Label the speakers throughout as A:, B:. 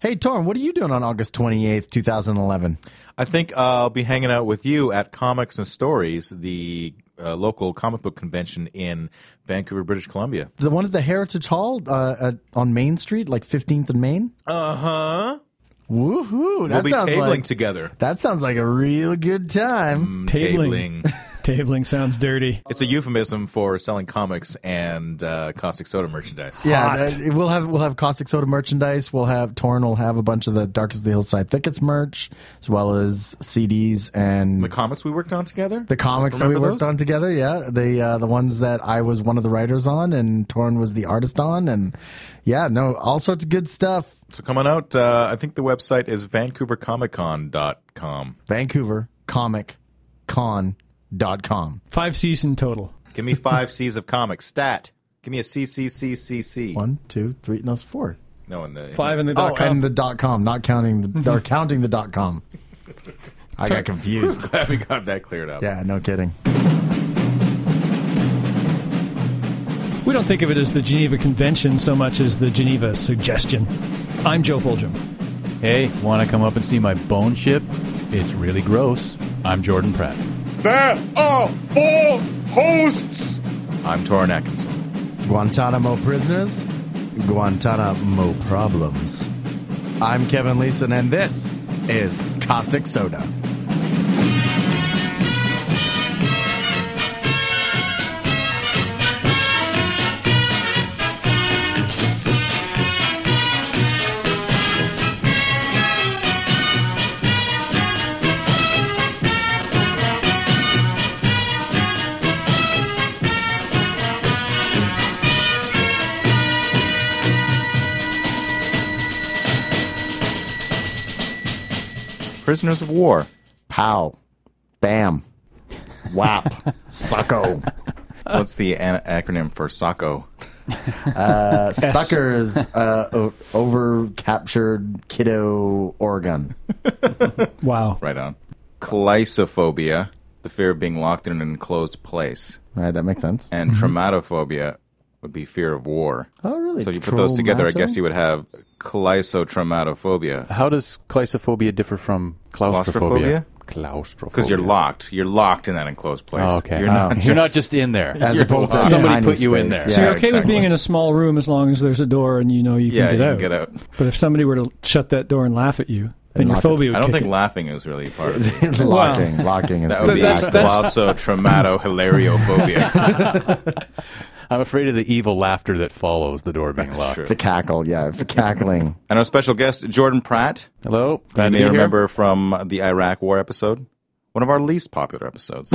A: Hey, Torm, what are you doing on August 28th, 2011?
B: I think I'll be hanging out with you at Comics and Stories, the uh, local comic book convention in Vancouver, British Columbia.
A: The one at the Heritage Hall uh, at, on Main Street, like 15th and Main?
B: Uh huh.
A: Woohoo! That
B: We'll be
A: sounds
B: tabling Mm,
A: like
B: together.
A: that sounds like a real good time.
C: Tabling. Tabling sounds dirty.
B: It's a euphemism for selling comics and uh, caustic soda merchandise.
A: Yeah,
C: Hot.
A: th- we'll have we'll have caustic soda merchandise. We'll have Torn. will have a bunch of the Darkest of the Hillside Thickets merch, as well as CDs and
B: The comics we worked on together?
A: the comics that we
B: Remember
A: worked
B: those?
A: on together. Yeah, the uh, the ones that I was one of the writers on, and Torn was the artist on, and yeah, no, all sorts of good stuff.
B: So come on out. Uh, I think the website is vancouvercomiccon.com.
A: Vancouver Comic Con dot com.
C: Five season total.
B: Give me five C's of comics. Stat. Give me a C, C, C, C, C.
A: One, two, three, no, it's four.
B: No, in the,
C: Five in the
A: Oh,
C: dot com.
A: and the dot com, not counting the or counting the dot com. I got confused.
B: Glad we got that cleared up.
A: Yeah, no kidding.
C: we don't think of it as the Geneva Convention so much as the Geneva Suggestion. I'm Joe Foljam.
D: Hey, want to come up and see my bone ship? It's really gross. I'm Jordan Pratt.
B: There are four hosts. I'm Torrin Atkinson.
A: Guantanamo prisoners, Guantanamo problems. I'm Kevin Leeson, and this is Caustic Soda.
B: Prisoners of War.
A: Pow, bam, whap, sucko,
B: What's the an- acronym for SACO?
A: uh, suckers, uh, o- over captured kiddo Oregon.
C: Wow.
B: Right on. Clysophobia, the fear of being locked in an enclosed place,
A: Right, that makes sense.
B: and
D: Mm-hmm.
B: traumatophobia would be fear of war.
A: Oh, really?
B: So you put those together, I
A: Traumato?
B: guess you would have clysotraumatophobia.
D: How does claustrophobia differ from claustrophobia? Claustrophobia.
B: Because you're locked. You're locked in that enclosed place.
D: Oh, okay.
B: You're not,
D: you're not just in there.
A: As
B: You're
A: opposed to
B: locked.
D: Somebody
A: tiny
D: put you in
A: space,
D: there.
C: So
A: yeah.
C: you're okay with
B: exactly.
C: being in a small room as long as there's a door and you know you can,
B: yeah,
C: get,
B: you
C: out.
B: can get out.
C: But if somebody were to shut that door and laugh at you, then your
A: lock it.
C: phobia would
B: I don't
C: kick
B: think
C: in.
B: laughing is really part of it.
A: locking, locking is
B: That
A: the
B: would be
C: That's- that's-
B: glossotraumatohilariophobia.
D: I'm afraid of the evil laughter that follows the door being locked.
B: True.
A: the cackle, yeah, the cackling.
B: And our special guest, Jordan Pratt.
D: Hello. Glad
B: You
D: to be
B: may
D: here.
B: remember from the Iraq War episode, one of our least popular episodes.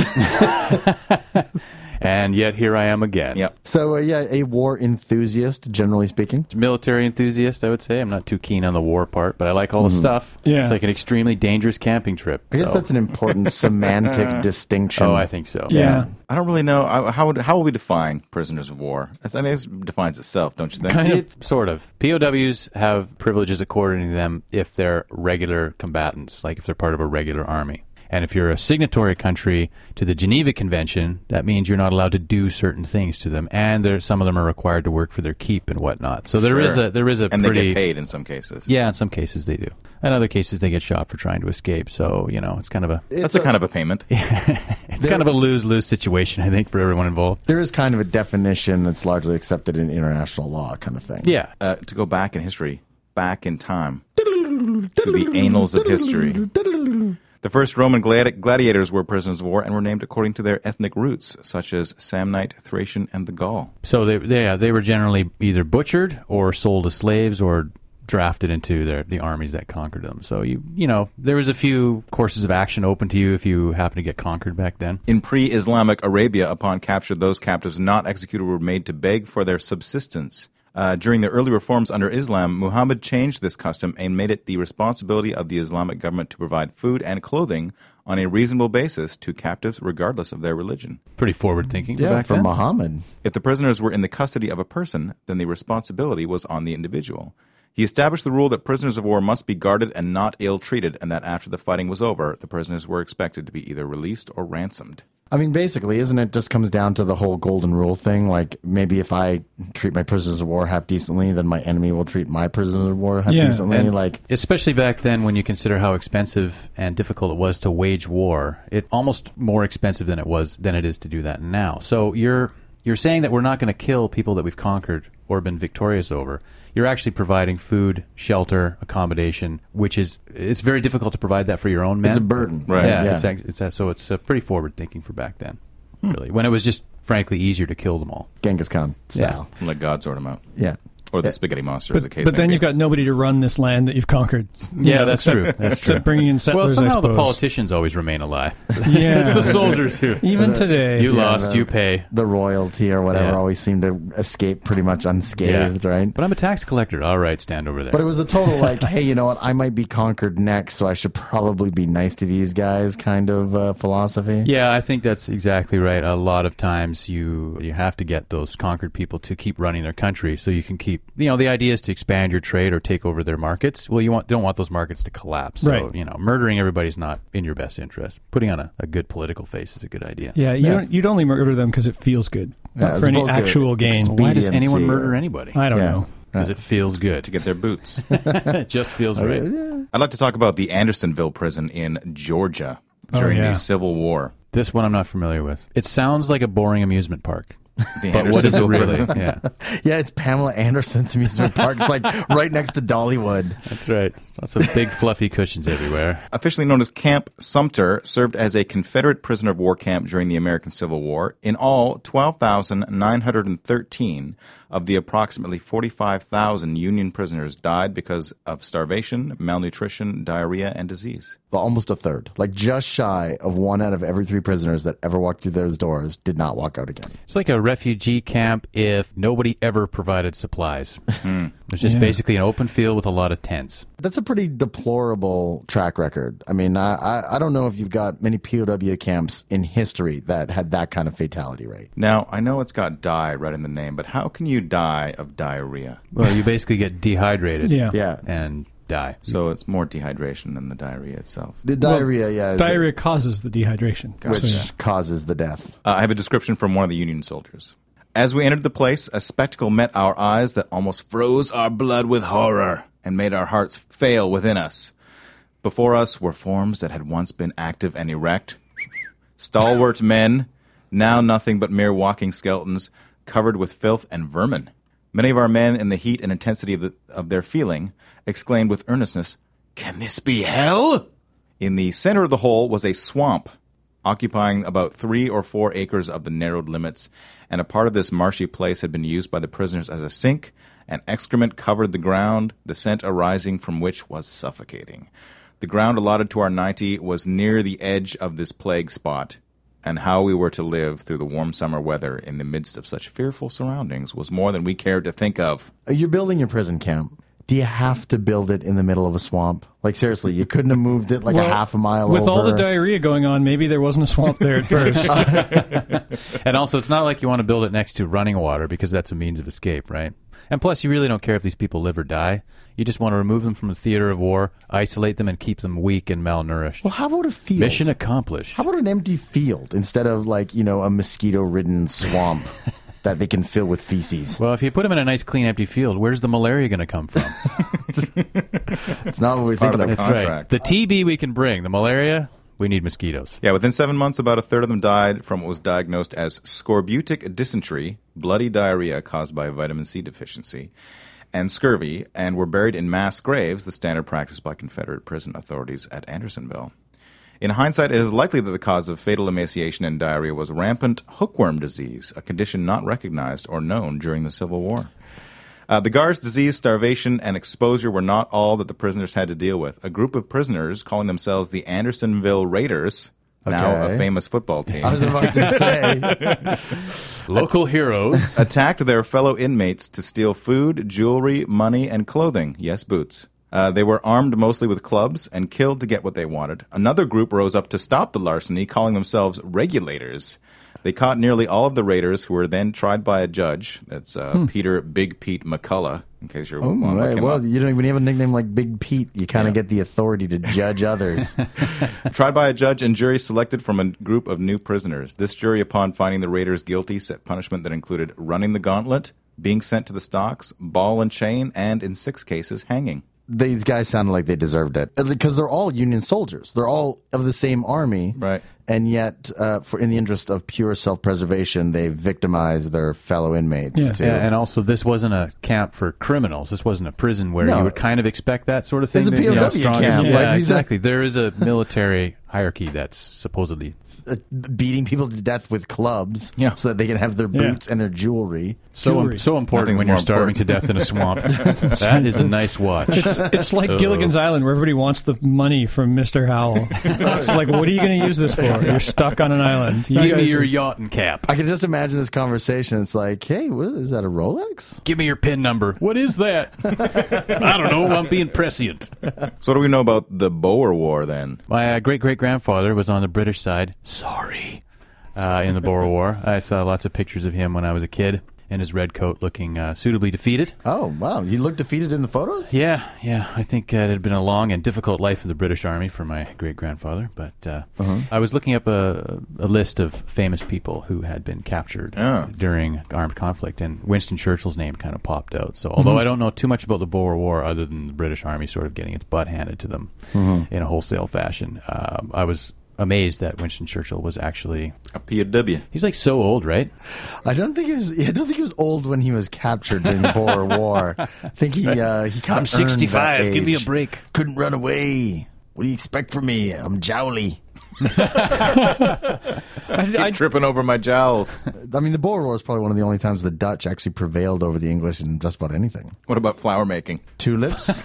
D: And yet here I am again.
B: yep.
A: So uh, yeah, a war enthusiast, generally speaking.
D: Military enthusiast, I would say. I'm not too keen on the war part, but I like all
B: Mm-hmm.
D: the stuff.
C: Yeah.
D: It's like an extremely dangerous camping trip.
A: I guess
D: so-
A: that's an important semantic distinction.
D: Oh, I think so.
C: Yeah.
B: I don't really know I- how would, how will we define prisoners of war. I think this defines itself, don't you think?
C: Kind of.
D: It, sort of. POWs have privileges according to them if they're regular combatants, like if they're part of a regular army. And if you're a signatory country to the Geneva Convention, that means you're not allowed to do certain things to them, and there, some of them are required to work for their keep and whatnot. So there is
B: Sure.
D: a there is a
B: and
D: pretty
B: they get paid in some cases.
D: yeah. In some cases they do. In other cases they get shot for trying to escape. So you know it's kind of a
B: That's a, kind of a payment.
D: it's kind of a lose lose situation I think for everyone involved.
A: there is kind of a definition that's largely accepted in international law, kind of thing.
D: Yeah.
B: Uh, to go back in history, back in time, to the annals of history. The first Roman gladi- gladiators were prisoners of war and were named according to their ethnic roots, such as Samnite, Thracian, and the Gaul.
D: So they, they yeah, they were generally either butchered or sold as slaves or drafted into their the armies that conquered them. So you you know there was a few courses of action open to you if you happen to get conquered back then.
B: In pre Islamic Arabia, upon capture, those captives not executed were made to beg for their subsistence. Uh, during the early reforms under Islam, Muhammad changed this custom and made it the responsibility of the Islamic government to provide food and clothing on a reasonable basis to captives, regardless of their religion.
D: Pretty forward thinking.
A: Yeah,
D: back
A: for
D: then.
A: Muhammad.
B: If the prisoners were in the custody of a person, then the responsibility was on the individual. He established the rule that prisoners of war must be guarded and not ill treated, and that after the fighting was over, the prisoners were expected to be either released or ransomed.
A: I mean, basically, isn't it just comes down to the whole golden rule thing? Like, maybe if I treat my prisoners of war half decently, then my enemy will treat my prisoners of war half
C: Yeah,
A: decently.
D: and-
A: like,
D: Especially back then when you consider how expensive and difficult it was to wage war. It almost more expensive than it was than it is to do that now. So you're you're saying that we're not going to kill people that we've conquered or been victorious over. You're actually providing food, shelter, accommodation, which is it's very difficult to provide that for your own men.
A: it's a burden.
B: Right.
D: Yeah,
A: Yeah. Hmm.
D: It's, act- it's, uh, so it's uh, pretty forward thinking for back then. Really. When it was just frankly easier to kill them all.
A: Genghis Khan style.
B: Let God sort them out.
A: Yeah.
B: Or the
A: Yeah.
B: spaghetti monster, as the
C: But,
B: case
C: but
B: may
C: then
B: be.
C: you've got nobody to run this land that you've conquered.
D: Yeah, that's true. That's true.
C: Except bringing in
D: well,
C: settlers,
D: somehow
C: I
D: the
C: suppose.
D: politicians always remain alive.
C: yeah.
D: it's the soldiers who
C: Even today.
D: You lost,
A: the-
D: you pay.
A: The royalty or whatever
D: Yeah.
A: always seemed to escape pretty much unscathed, right?
D: But I'm a tax collector. All right, stand over there.
A: But it was a total like, hey, you know what? I might be conquered next, so I should probably be nice to these guys kind of uh, philosophy.
D: yeah, I think that's exactly right. A lot of times you you have to get those conquered people to keep running their country so you can keep you know, the idea is to expand your trade or take over their markets. Well, you want don't want those markets to collapse. So,
C: Right.
D: you know, murdering everybody's not in your best interest. Putting on a, a good political face is a good idea.
C: Yeah, you Don't, you'd only murder them because it feels good,
A: Yeah,
C: not
A: as
C: for any
A: opposed to
C: actual gain.
A: exp-
D: Why does anyone
A: BMC,
D: murder
A: uh,
D: anybody?
C: I don't
A: Yeah.
C: know.
D: Because it feels
B: to
D: good.
B: get their boots.
D: it just feels right.
B: I'd like to talk about the Andersonville prison in Georgia
C: Oh,
B: during
C: yeah.
B: the Civil War.
D: This one I'm not familiar with. It sounds like a boring amusement park.
B: The
D: But what is it
B: Andersonville
D: really?
B: prison.
D: Yeah.
A: Yeah, it's Pamela Anderson's amusement park. It's like right next to Dollywood.
D: That's right. Lots of big fluffy cushions everywhere.
B: Officially known as Camp Sumter, served as a Confederate prisoner of war camp during the American Civil War. In all, 12,913 of the approximately 45,000 Union prisoners died because of starvation, malnutrition, diarrhea, and disease.
A: Well, almost a third, like just shy of one out of every three prisoners that ever walked through those doors did not walk out again.
D: It's like a refugee camp if nobody ever provided supplies.
A: Hmm.
D: It's just
C: Yeah.
D: basically an open field with a lot of tents.
A: That's a pretty deplorable track record. I mean, I, I, I don't know if you've got many POW camps in history that had that kind of fatality rate.
B: Now, I know it's got die right in the name, but how can you die of diarrhea?
D: Well, you basically get dehydrated
C: Yeah.
A: Yeah.
D: and die.
B: So it's more dehydration than the diarrhea itself.
A: The diarrhea, yeah, is
C: Diarrhea causes the dehydration.
A: which
C: So, yeah.
A: causes the death.
B: Uh, I have a description from one of the Union soldiers. As we entered the place, a spectacle met our eyes that almost froze our blood with horror and made our hearts fail within us. Before us were forms that had once been active and erect, stalwart men, now nothing but mere walking skeletons covered with filth and vermin. Many of our men, in the heat and intensity of, the, of their feeling, exclaimed with earnestness, Can this be hell? In the center of the hole was a swamp, occupying about three or four acres of the narrowed limits, and a part of this marshy place had been used by the prisoners as a sink, and excrement covered the ground, the scent arising from which was suffocating. The ground allotted to our 90 was near the edge of this plague spot, and how we were to live through the warm summer weather in the midst of such fearful surroundings was more than we cared to think of.
A: You're building your prison camp. Do you have to build it in the middle of a swamp? Like seriously, you couldn't have moved it like a
C: Well,
A: half a mile
C: With
A: over.
C: all the diarrhea going on, maybe there wasn't a swamp there at first.
D: And also, it's not like you want to build it next to running water because that's a means of escape, right? And plus, you really don't care if these people live or die. You just want to remove them from the theater of war, isolate them, and keep them weak and malnourished.
A: well, how about a field?
D: Mission accomplished.
A: How about an empty field instead of like, you know, a mosquito ridden swamp that they can fill with feces?
D: Well, if you put them in a nice, clean, empty field, where's the malaria going to come from?
A: It's not what we think
B: part of
A: about.
B: the
D: That's right.
B: Contract.
D: The TB we can bring. The malaria, we need mosquitoes.
B: Yeah, within seven months, about a third of them died from what was diagnosed as scorbutic dysentery, bloody diarrhea caused by vitamin C deficiency, and scurvy, and were buried in mass graves, the standard practice by Confederate prison authorities at Andersonville. In hindsight, it is likely that the cause of fatal emaciation and diarrhea was rampant hookworm disease, a condition not recognized or known during the Civil War. Uh, the guards' disease, starvation, and exposure were not all that the prisoners had to deal with. A group of prisoners calling themselves the Andersonville Raiders, now
A: Okay. Uh-huh.
B: a famous football team,
A: I was about to say,
D: Local heroes.
B: attacked their fellow inmates to steal food, jewelry, money, and clothing. Yes, boots. Uh, they were armed mostly with clubs and killed to get what they wanted. Another group rose up to stop the larceny, calling themselves regulators. They caught nearly all of the raiders, who were then tried by a judge. That's uh, Peter Big Pete McCullough. in case you're
A: Oh,
B: one that
A: Hmm. right.
B: came
A: Well,
B: up.
A: you don't even have a nickname like Big Pete. You kind of get the authority to judge others.
B: Tried by a judge and jury selected from a group of new prisoners. This jury, upon finding the raiders guilty, set punishment that included running the gauntlet, being sent to the stocks, ball and chain, and in six cases, hanging.
A: These guys sounded like they deserved it Uh, because they're all Union soldiers. They're all of the same army,
B: Right.
A: And yet, uh, for in the interest of pure self-preservation, they victimize their fellow inmates.
C: Yeah.
A: too.
D: Yeah, and also this wasn't a camp for criminals. This wasn't a prison where
A: No.
D: you would kind of expect that sort of thing.
A: It's a
D: that, you know,
A: POW
D: strong-
A: camp,
D: Yeah,
A: like, these are-
D: exactly. There is a military hierarchy that's supposedly
A: uh, beating people to death with clubs,
B: Yeah.
A: so that they can have their
C: Yeah.
A: boots and their jewelry.
D: so
C: Jewelry.
D: so important
B: Nothing's
D: when you're
B: more
D: starving to death in a swamp. that is a nice watch.
C: It's, it's like Gilligan's Island, where everybody wants the money from Mr. Howell. it's like, what are you going to use this for? You're stuck on an island. You
D: Give me
C: guys-
D: your yacht and cap.
A: I can just imagine this conversation. It's like, hey, what, is that a Rolex?
D: Give me your pin number. What is that? I don't know. I'm being prescient.
B: So, what do we know about the Boer War then?
D: My uh, great great grandfather was on the British side. Sorry. Uh, in the Boer War, I saw lots of pictures of him when I was a kid in his red coat, looking uh, suitably defeated.
A: Oh wow, you look defeated in the photos.
D: Yeah, yeah. I think uh, it had been a long and difficult life in the British Army for my great grandfather. But uh, I was looking up a, a list of famous people who had been captured
B: Yeah.
D: during armed conflict, and Winston Churchill's name kind of popped out. So, although I don't know too much about the Boer War other than the British Army sort of getting its butt handed to them in a wholesale fashion, um, I was amazed that Winston Churchill was actually.
B: A POW.
D: He's like so old, right?
A: I don't think he was. I don't think he was old when he was captured during the Boer War. I think he uh, he kind of
D: break.
A: Couldn't run away. What do you expect from me? I'm jowly.
C: I, I,
B: Tripping over my jowls.
A: I mean, the Boer War is probably one of the only times the Dutch actually prevailed over the English in just about anything.
B: what about flower making?
A: Tulips,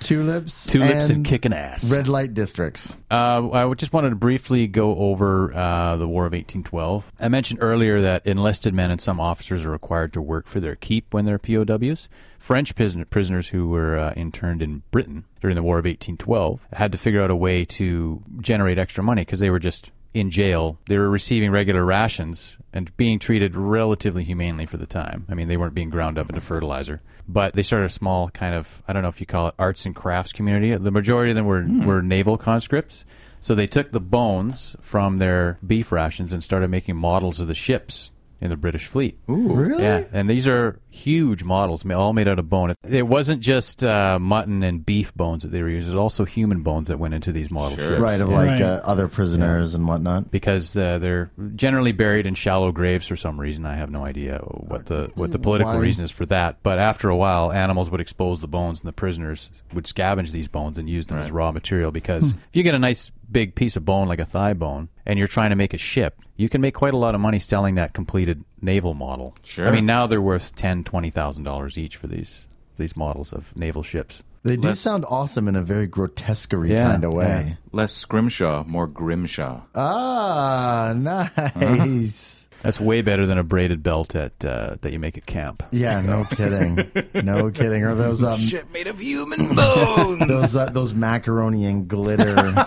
A: tulips,
D: Tulips and, kicking ass.
A: red light districts.
D: Uh, I would- just wanted to briefly go over uh, the War of 1812. I mentioned earlier that enlisted men and some officers are required to work for their keep when they're POWs. French prison- prisoners who were uh, interned in Britain during the War of 1812 had to figure out a way to generate extra money because they were just in jail. They were receiving regular rations and being treated relatively humanely for the time. I mean, they weren't being ground up into fertilizer, but they started a small kind of I don't know if you call it arts and crafts community. The majority of them were were naval conscripts. So they took the bones from their beef rations and started making models of the ships in the British fleet.
A: Really?
D: Yeah, and these are huge models, ma- all made out of bone. It wasn't just uh, mutton and beef bones that they were using; it was also human bones that went into these model ships
A: Right, of
D: Yeah.
A: like
C: Right.
A: Uh, other prisoners and whatnot.
D: because uh, they're generally buried in shallow graves for some reason. I have no idea what the what the political
A: Why?
D: reason is for that. But after a while, animals would expose the bones, and the prisoners would scavenge these bones and use them as raw material. Because if you get a nice big piece of bone like a thigh bone, and you're trying to make a ship, you can make quite a lot of money selling that completed naval model.
B: Sure.
D: I mean, now they're worth ten twenty thousand dollars each for these these models of naval ships.
A: They do
B: Let's-
A: sound awesome in a very grotesquery
D: Yeah,
A: kind of way.
B: Less scrimshaw, more grimshaw.
A: Ah,
D: Uh-huh.
A: nice.
D: That's way better than a braided belt at uh, that you make at camp.
A: Yeah, no kidding, no kidding. Or those um,
B: Shit made of human bones.
A: those uh, those macaroni and glitter kind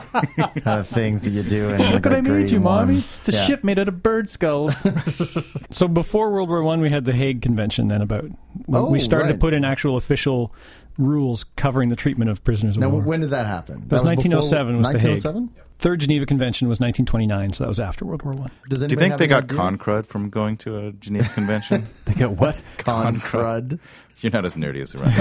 A: of things that you do. In, like, a grade one.
D: It's a
A: Yeah.
D: ship made out of bird skulls.
C: so before World War One, we had the Hague Convention. Then about we-
A: Oh,
C: we started to
A: right.
C: put in actual official rules covering the treatment of prisoners of
A: Now,
C: war.
A: when did that happen?
C: That was
A: before-
C: 1907 was the Hague.
A: 1907?
C: Third Geneva Convention was 1929, so that was after World War One.
A: Does
B: Do you
A: anybody
B: think
A: have
B: they
A: any
B: got
A: idea?
B: con crud from going to a Geneva convention?
D: they got what?
A: con crud?
B: You're not as nerdy as around.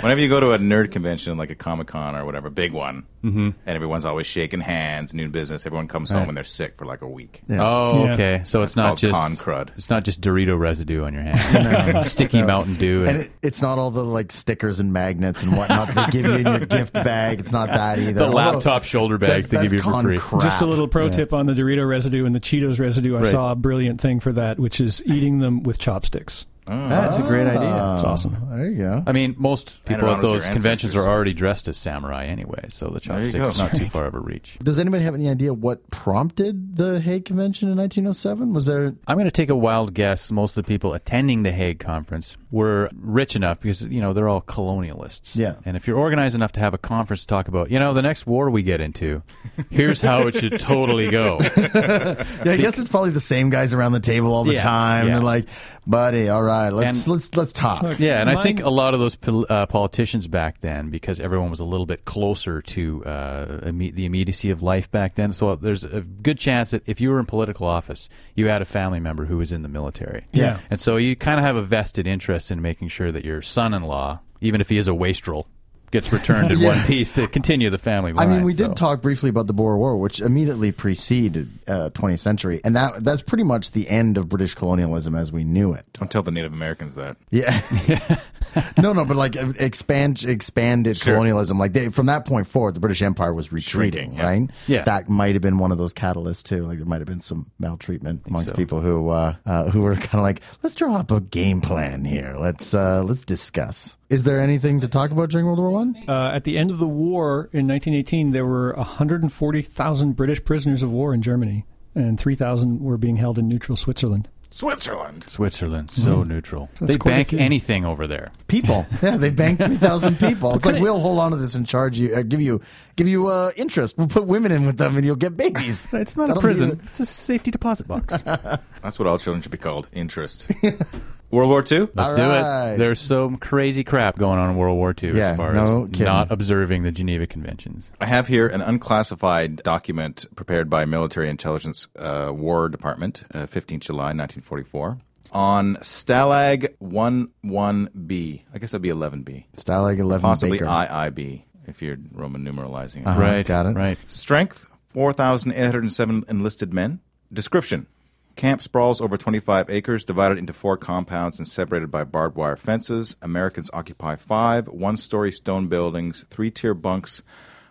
B: Whenever you go to a nerd convention, like a Comic Con or whatever, big one, mm-hmm. and everyone's always shaking hands, new business. Everyone comes home and they're sick for like a week.
D: Oh,
C: Yeah.
D: okay. So it's
B: That's
D: not just
B: called con crud.
D: It's not just Dorito residue on your hand. Sticky Mountain Dew. And
A: And it, it's not all the like stickers and magnets and whatnot they give you in your gift bag. It's not that either.
D: the
A: Although,
D: laptop shoulder
A: That's,
D: bags they give
A: that's
D: you for
A: con
D: free.
A: crud.
C: Just a little pro tip on the Dorito residue and the Cheetos residue. I saw a brilliant thing for that, which is eating them with chopsticks.
D: That's a great idea.
C: It's awesome.
A: There you go.
D: I mean, most
B: it
D: people at
B: honors your
D: those conventions are
B: ancestors.
D: already dressed as samurai anyway, so the
B: There you go.
D: chopsticks not too far of a reach.
A: Does anybody have any idea what prompted the Hague Convention in 1907? Was there?
D: I'm going to take a wild guess. Most of the people attending the Hague conference were rich enough because you know they're all colonialists.
A: Yeah.
D: And if you're organized enough to have a conference to talk about, you know, the next war we get into, here's how it should totally go.
A: Yeah, I guess it's probably the same guys around the table all the
D: Yeah,
A: time.
D: yeah.
A: They're like, buddy. All right, let's
D: And-
A: let's let's talk.
D: Yeah, and I think
C: Mine-
D: a lot of those pol- uh, politicians back then, because everyone was a little bit closer to uh, imme- the immediacy of life back then, so there's a good chance that if you were in political office, you had a family member who was in the military.
C: Yeah.
D: And so you kind of have a vested interest in making sure that your son in law, even if he is a wastrel, gets returned in one piece to continue the family
A: I
D: line.
A: mean, we
D: so-
A: did talk briefly about the Boer War, which immediately preceded uh, 20th century, and that that's pretty much the end of British colonialism as we knew it.
B: Don't tell the Native Americans that.
A: Yeah. no, no, but like expand expanded
B: Sure.
A: colonialism. Like they, from that point forward, the British Empire was retreating,
B: Shrinking, yeah.
A: right?
D: Yeah.
A: That might have been one of those catalysts too. Like there might have been some maltreatment amongst
D: so.
A: people who uh, uh, who were kind of like, let's draw up a game plan here. Let's uh, let's discuss. Is there anything to talk about during World War One?
C: Uh, at the end of the war in 1918, there were 140,000 British prisoners of war in Germany, and 3,000 were being held in neutral Switzerland.
B: Switzerland.
D: Switzerland,
A: Mm-hmm.
D: so neutral.
C: that's
D: they
C: quite a
D: bank
C: few.
D: anything over there.
A: People, yeah, they banked three thousand people. It's like
C: Okay.
A: we'll hold on to this and charge you, uh, give you, give you uh, interest. We'll put women in with them, and you'll get babies.
D: It's not
A: That'll
D: a
A: be
D: prison. It's a safety deposit box.
B: That's what all children should be called. Interest. World War II.
D: Let's
A: All
D: do
A: right.
D: it. There's some crazy crap going on in World War II
A: Yeah,
D: as far
A: no
D: as
A: kidding.
D: not observing the Geneva Conventions.
B: I have here an unclassified document prepared by Military Intelligence uh, War Department, uh, 15 July 1944, on Stalag 11B. I guess that'd be 11B.
A: Style like eleven
B: Possibly
A: Baker.
B: IIB if you're Roman numeralizing it.
A: Uh-huh.
D: right.
A: got it.
D: Right.
B: Strength 4,807 enlisted men. Description Camp sprawls over 25 acres, divided into four compounds and separated by barbed wire fences. Americans occupy five one story stone buildings. Three tier bunks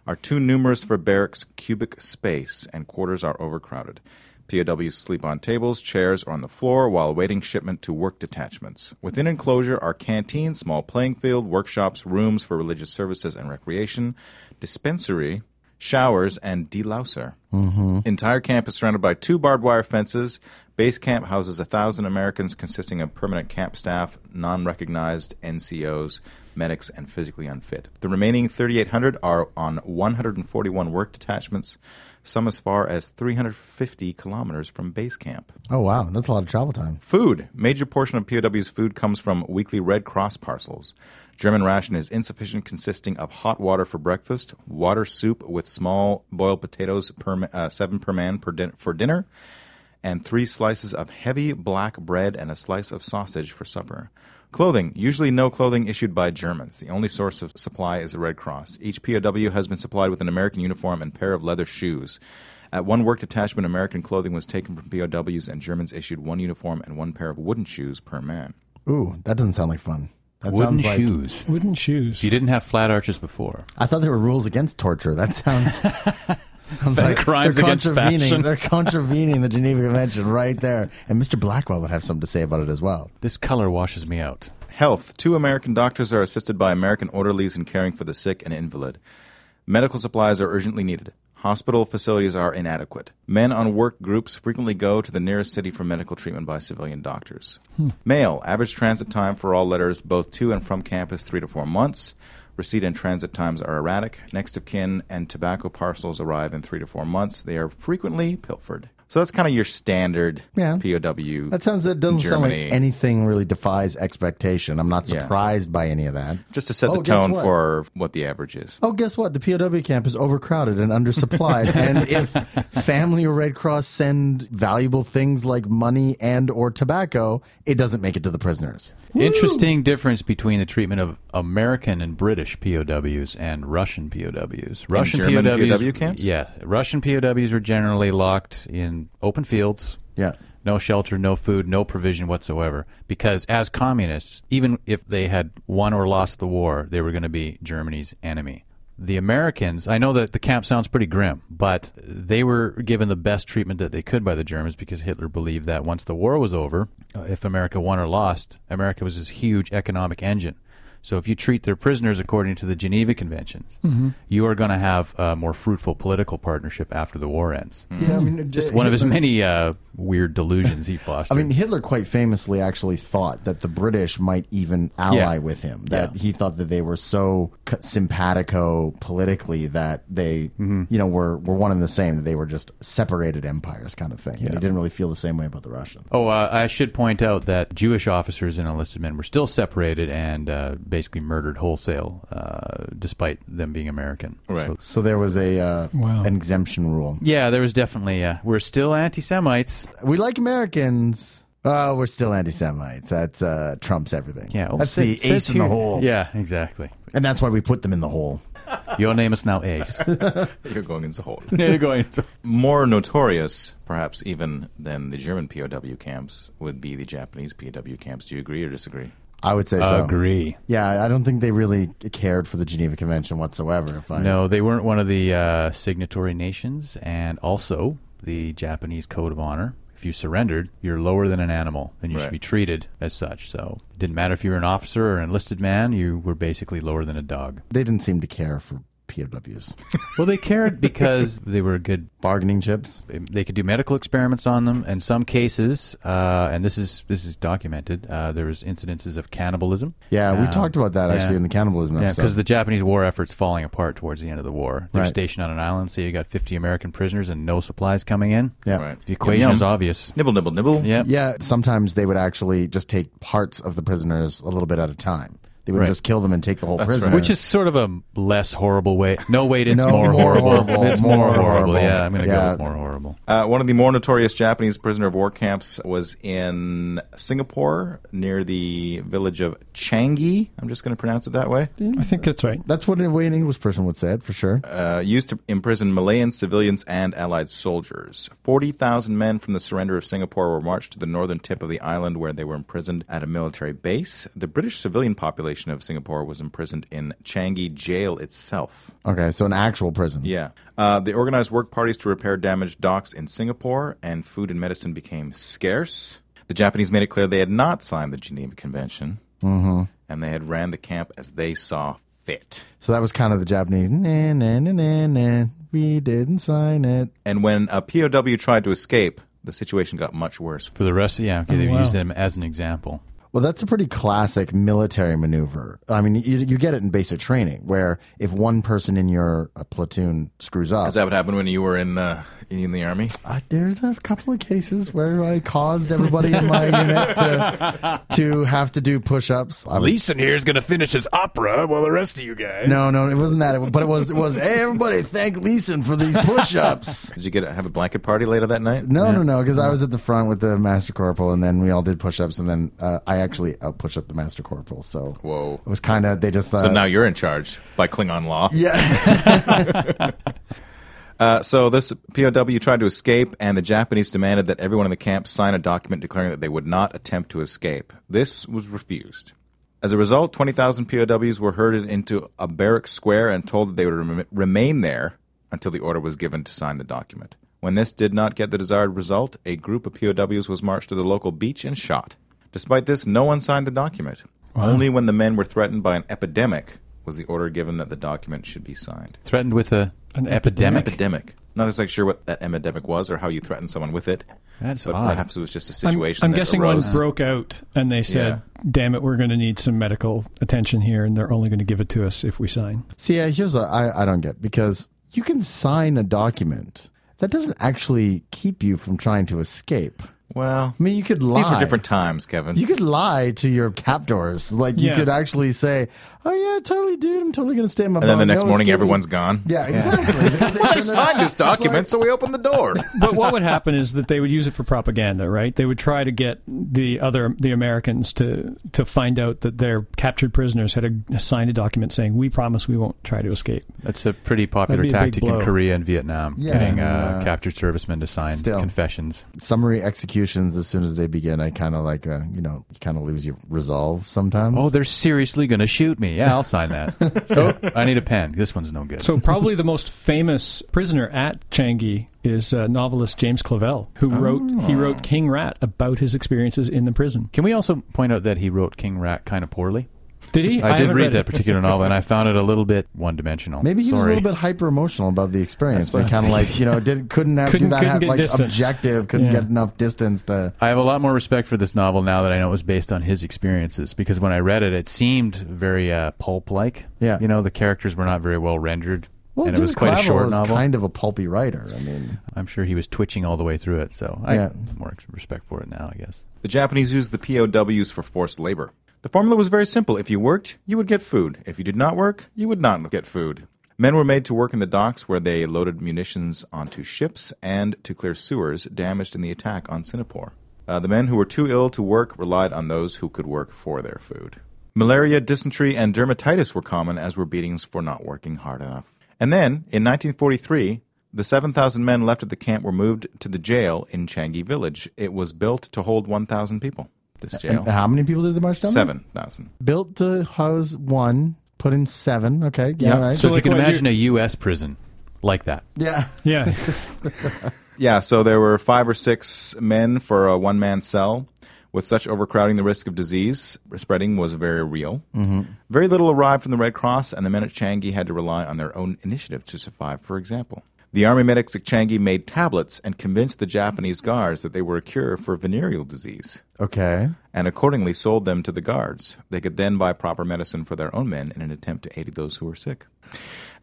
B: are too numerous for barracks' cubic space, and quarters are overcrowded. POWs sleep on tables, chairs, or on the floor while awaiting shipment to work detachments. Within enclosure are canteens, small playing field, workshops, rooms for religious services and recreation, dispensary, showers, and delouser. Mm-hmm. Entire camp is surrounded by two barbed wire fences. Base camp houses a thousand Americans, consisting of permanent camp staff, non-recognized NCOs, medics, and physically unfit. The remaining 3,800 are on 141 work detachments, some as far as 350 kilometers from base camp.
A: Oh wow, that's a lot of travel time.
B: Food. Major portion of POW's food comes from weekly Red Cross parcels. German ration is insufficient, consisting of hot water for breakfast, water soup with small boiled potatoes, per, ma- uh, seven per man per din- for dinner, and three slices of heavy black bread and a slice of sausage for supper. Clothing. Usually no clothing issued by Germans. The only source of supply is the Red Cross. Each POW has been supplied with an American uniform and pair of leather shoes. At one work detachment, American clothing was taken from POWs, and Germans issued one uniform and one pair of wooden shoes per man.
A: Ooh, that doesn't sound like fun. That
D: Wooden
A: sounds like,
D: shoes.
C: Wooden shoes.
D: If you didn't have flat arches before,
A: I thought there were rules against torture. That sounds sounds like
D: crimes
A: they're
D: against
A: contravening.
D: fashion.
A: They're contravening the Geneva Convention right there. And Mr. Blackwell would have something to say about it as well.
D: this color washes me out.
B: Health. Two American doctors are assisted by American orderlies in caring for the sick and invalid. Medical supplies are urgently needed. Hospital facilities are inadequate. Men on work groups frequently go to the nearest city for medical treatment by civilian doctors.
A: Hmm.
B: Mail. Average transit time for all letters, both to and from campus, three to four months. Receipt and transit times are erratic. Next of kin and tobacco parcels arrive in three to four months. They are frequently pilfered. So that's kind of your standard
A: Yeah.
B: POW.
A: That sounds that doesn't sound
B: Germany.
A: like anything really defies expectation. I'm not surprised by any of that.
B: just to set
A: Oh,
B: the
A: guess
B: tone
A: what?
B: for what the average is.
A: Oh, guess what? The POW camp is overcrowded and undersupplied. and if family or Red Cross send valuable things like money and or tobacco, it doesn't make it to the prisoners.
D: Interesting difference between the treatment of American and British POWs and Russian POWs. Russian
B: German
D: POWs,
B: POW camps?
D: Yeah, Russian POWs were generally locked in open fields.
A: Yeah.
D: no shelter, no food, no provision whatsoever. Because as communists, even if they had won or lost the war, they were going to be Germany's enemy. The Americans, I know that the camp sounds pretty grim, but they were given the best treatment that they could by the Germans because Hitler believed that once the war was over, uh, if America won or lost, America was this huge economic engine. So if you treat their prisoners according to the Geneva Conventions, you are going to have a more fruitful political partnership after the war ends.
A: Yeah, I mean,
D: Just one of his
A: Hitler-
D: many uh, weird delusions he
A: I
D: fostered.
A: mean, Hitler quite famously actually thought that the British might even ally
D: Yeah.
A: with him. That
D: Yeah.
A: he thought that they were so c- simpatico politically that they,
D: Mm-hmm.
A: you know, were were one and the same. That they were just separated empires, kind of thing. They didn't really feel the same way about the Russians.
D: Oh, uh, I should point out that Jewish officers and enlisted men were still separated and uh, basically murdered wholesale, uh, despite them being American.
B: Right.
D: So-
A: So there was a uh,
C: Wow.
A: an exemption rule.
D: yeah, there was definitely. Uh, we're still anti-Semites.
A: We like Americans. Oh, we're still anti-Semites. That's uh, Trump's everything.
D: Yeah, well,
A: that's
D: sa-
A: the
D: says
A: ace in the
D: here-
A: hole,
D: Yeah, exactly.
A: and that's why we put them in the hole.
D: Your name is now Ace.
B: You're going in Seoul.
D: You're going to-
B: More notorious, perhaps even than the German POW camps, would be the Japanese POW camps. Do you agree or disagree?
A: I would say so.
D: Agree.
A: Yeah, I don't think they really cared for the Geneva Convention whatsoever. If I
D: No, they weren't one of the uh, signatory nations, and also the Japanese Code of Honor. If you surrendered, you're lower than an animal, and you
B: Right.
D: should be treated as such. So it didn't matter if you were an officer or an enlisted man; you were basically lower than a dog.
A: they didn't seem to care for POWs.
D: Well, they cared because they were good.
A: Bargaining chips.
D: They could do medical experiments on them. In some cases, uh, and this is this is documented, uh, there was incidences of cannibalism.
A: Yeah, we
D: Um,
A: talked about that actually
D: yeah.
A: in the cannibalism
D: Yeah,
A: episode.
D: because the Japanese war effort's falling apart towards the end of the war. They're
A: Right.
D: stationed on an island, so you got 50 American prisoners and no supplies coming in.
A: yeah.
B: Right.
D: The equation
B: Yum, yum.
D: is obvious.
B: Nibble, nibble, nibble.
D: Yeah.
A: Yeah, sometimes they would actually just take parts of the prisoners a little bit at a time. They wouldn't
D: Right.
A: just kill them and take the whole prisoner.
D: Which is sort of a less horrible way. No, wait, it's
A: No,
D: more,
A: more
D: horrible.
A: horrible,
D: It's
A: more
D: more, horrible.
A: horrible.
D: Yeah, I'm going to
A: Yeah.
D: go with more horrible.
B: Uh, one of the more notorious Japanese prisoner of war camps was in Singapore near the village of Changi. I'm just going to pronounce it that way.
C: I think that's right.
A: that's what a way an English person would say it for sure.
B: uh, used to imprison Malayan civilians and allied soldiers. 40,000 men from the surrender of Singapore were marched to the northern tip of the island where they were imprisoned at a military base. The British civilian population of Singapore was imprisoned in Changi jail itself.
A: Okay, so an actual prison.
B: Yeah. Uh, they organized work parties to repair damaged docks in Singapore, and food and medicine became scarce. The Japanese made it clear they had not signed the Geneva Convention, and they had ran the camp as they saw fit.
A: So that was kind of the Japanese. Nah, nah, nah, nah, nah. We didn't sign it.
B: And when a POW tried to escape, the situation got much worse.
D: For the rest, yeah, okay, they
C: wow.
D: used them as an example.
A: Well, that's a pretty classic military maneuver. I mean, you, you get it in basic training, where if one person in your uh, platoon screws up,
B: Is that what happened when you were in uh, in the army?
A: I, there's a couple of cases where I caused everybody in my unit to, to have to do push-ups. I was-
D: Leeson here is going to finish his opera while the rest of you guys.
A: no, no, it wasn't that. It- But it was. It was. Hey, everybody, thank Leeson for these push-ups.
B: Did you get a, have a blanket party later that night?
A: No, no, no, because I was at the front with the master corporal, and then we all did push-ups, and then uh, I actually out push up the master corporal. So
B: Whoa.
A: it was kind of they just. Uh,
B: So now you're in charge by Klingon law.
A: yeah.
B: Uh, so this POW tried to escape, and the Japanese demanded that everyone in the camp sign a document declaring that they would not attempt to escape. This was refused. As a result, 20,000 POWs were herded into a barrack square and told that they would rem- remain there until the order was given to sign the document. When this did not get the desired result, a group of POWs was marched to the local beach and shot. Despite this, no one signed the document. Only when the men were threatened by an epidemic was the order given that the document should be signed
D: Threatened with a,
C: An
D: an epidemic.
B: epidemic. Not exactly sure what that epidemic was or how you threatened someone with it.
D: That's
B: but
D: odd.
B: perhaps it was just a
C: I'm-
B: situation.
C: I'm,
B: that
C: guessing
B: arose.
C: one broke out and they said, "Damn it, we're going to need some medical attention here, and they're only going to give it to us if we sign."
A: See, yeah, here's what I, I don't get because you can sign a document that doesn't actually keep you from trying to escape.
B: Well,
A: I mean, you could lie.
B: these were different times, Kevin.
A: You could lie to your captors. Like you
C: Yeah.
A: could actually say, "Oh yeah, totally, dude. I'm totally gonna stay in my."
B: and then the next morning, everyone's gone.
A: Yeah, exactly. Because they
B: I
A: turn it
B: signed
A: on.
B: this document, so we opened the door.
C: But what would happen is that they would use it for propaganda, right? They would try to get the other the Americans to to find out that their captured prisoners had a, signed a document saying, "We promise we won't try to escape."
D: That's a pretty popular
C: That'd be a big
D: tactic in
C: blow.
D: Korea and Vietnam,
A: Yeah.
D: getting
A: Yeah.
D: uh, captured servicemen to sign
A: Still.
D: confessions.
A: Summary executions. As soon as they begin, I kind of like, uh, you know, you kind of lose your resolve sometimes.
D: Oh, they're seriously going to shoot me. Yeah, I'll sign that. so I need a pen. This one's no good.
C: So probably the most famous prisoner at Changi is uh, novelist James Clavell, who wrote
A: Oh.
C: he wrote King Rat about his experiences in the prison.
D: Can we also point out that he wrote King Rat kind of poorly?
C: Did he?
D: I, did
C: haven't
D: read that
C: it.
D: particular novel, and I found it a little bit one-dimensional.
A: Maybe he was a
D: Sorry.
A: little bit hyper emotional about the experience.
D: That's what
A: And kind of like you know did couldn't have
C: Couldn't-
A: do that
C: couldn't
A: have,
C: get
A: like
C: distance.
A: objective. Couldn't
C: Yeah.
A: get enough distance to.
D: I have a lot more respect for this novel now that I know it was based on his experiences because when I read it, it seemed very uh, pulp-like.
A: Yeah.
D: you know, the characters were not very well rendered,
A: Well,
D: and
A: Jim
D: it was quite a
A: Clavel
D: short
A: is
D: novel.
A: Kind of a pulpy writer. I mean,
D: I'm sure he was twitching all the way through it, so I
A: Yeah.
D: have more respect for it now, I guess.
B: The Japanese used the POWs for forced labor. The formula was very simple. If you worked, you would get food. If you did not work, you would not get food. Men were made to work in the docks where they loaded munitions onto ships and to clear sewers damaged in the attack on Singapore. Uh, the men who were too ill to work relied on those who could work for their food. Malaria, dysentery, and dermatitis were common, as were beatings for not working hard enough. And then, in 1943, the 7,000 men left at the camp were moved to the jail in Changi Village. It was built to hold 1,000 people, this
A: and
B: jail.
A: how many people did the march down? there?
B: 7,000.
A: Built to house one, put in seven. Okay, yeah,
B: Yeah.
A: all right.
D: So,
C: So,
D: if
C: like,
D: you can
C: what you-
D: imagine a U.S. prison like that,
A: yeah,
C: Yeah.
B: Yeah, so there were five or six men for a one man cell. With such overcrowding, the risk of disease spreading was very real. Very little arrived from the Red Cross, and the men at Changi had to rely on their own initiative to survive, for example. The army medics at Changi made tablets and convinced the Japanese guards that they were a cure for venereal disease.
A: okay.
B: and accordingly sold them to the guards. They could then buy proper medicine for their own men in an attempt to aid those who were sick.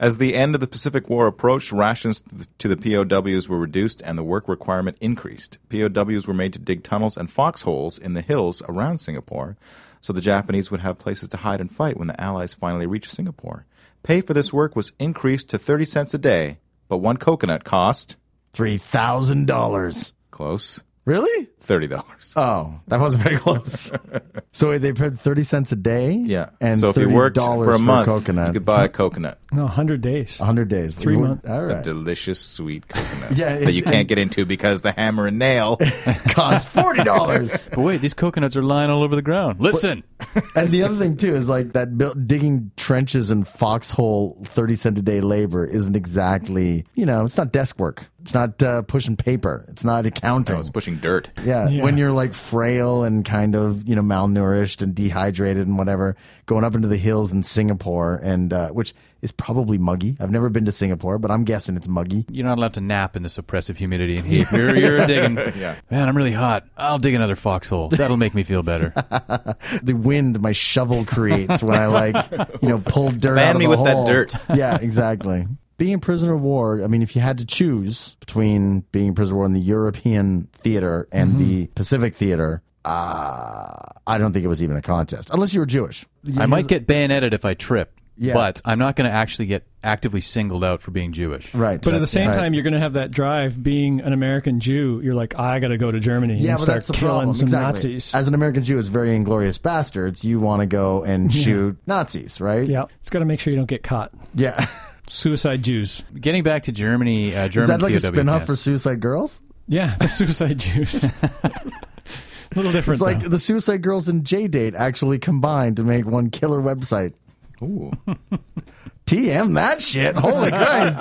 B: As the end of the Pacific War approached, rations th- to the POWs were reduced and the work requirement increased. POWs were made to dig tunnels and foxholes in the hills around Singapore so the Japanese would have places to hide and fight when the Allies finally reached Singapore. Pay for this work was increased to 30 cents a day, but one coconut cost
A: Three thousand dollars.
B: close
A: Really?
B: $30.
A: Oh, that wasn't very close. so wait, they paid thirty cents a day.
B: Yeah.
A: and
B: so if you
A: $30
B: worked for a month, you
A: coconut,
B: could buy a coconut.
C: No, 100 days.
D: Oh,
A: hundred days, three
C: months.
A: All right,
B: Delicious, sweet coconut
A: Yeah,
B: that you
A: it's-
B: can't get into because the hammer and nail.
A: cost forty dollars.
D: but wait, these coconuts are lying all over the ground. Listen,
A: and the other thing too is like that built, digging trenches and foxhole thirty cent a day labor isn't exactly you know it's not desk work. It's not uh, pushing paper. It's not accounting.
B: it's pushing dirt.
A: Yeah.
C: Yeah.
A: When you're like frail and kind of, you know, malnourished and dehydrated and whatever, going up into the hills in Singapore and uh, which is probably muggy. I've never been to Singapore, but I'm guessing it's muggy.
D: you're not allowed to nap in this oppressive humidity and heat. You're, you're digging. Man, I'm really hot. I'll dig another foxhole. That'll make me feel better.
A: The wind my shovel creates when I like, you know, pull dirt
B: Fan
A: out of
B: me
A: the
B: with that
A: hole.
B: dirt.
A: Yeah, exactly. Being a prisoner of war, I mean, if you had to choose between being a prisoner of war in the European theater and
C: Mm-hmm.
A: the Pacific theater, uh, I don't think it was even a contest, unless you were Jewish.
D: I might get bayoneted if I trip,
A: Yeah.
D: but I'm not going to actually get actively singled out for being Jewish.
A: Right.
C: But at the same
A: Right.
C: time, you're going to have that drive. Being an American Jew, you're like, I got to go to Germany
A: yeah,
C: and
A: but
C: start
A: that's the
C: killing
A: problem.
C: some
A: exactly.
C: Nazis.
A: As an American Jew, it's very inglorious bastards. You want to go and shoot Nazis, right?
C: yeah, it's got to make sure you don't get caught.
A: Yeah.
C: Suicide Jews.
D: Getting back to Germany, uh, German
A: Is that like a
D: POW
A: spin off
D: camps.
A: for Suicide Girls?
C: Yeah, the Suicide Jews. A little different.
A: It's like
C: though.
A: the Suicide Girls and J Date actually combined to make one killer website.
B: Ooh.
A: TM that shit. Holy Christ.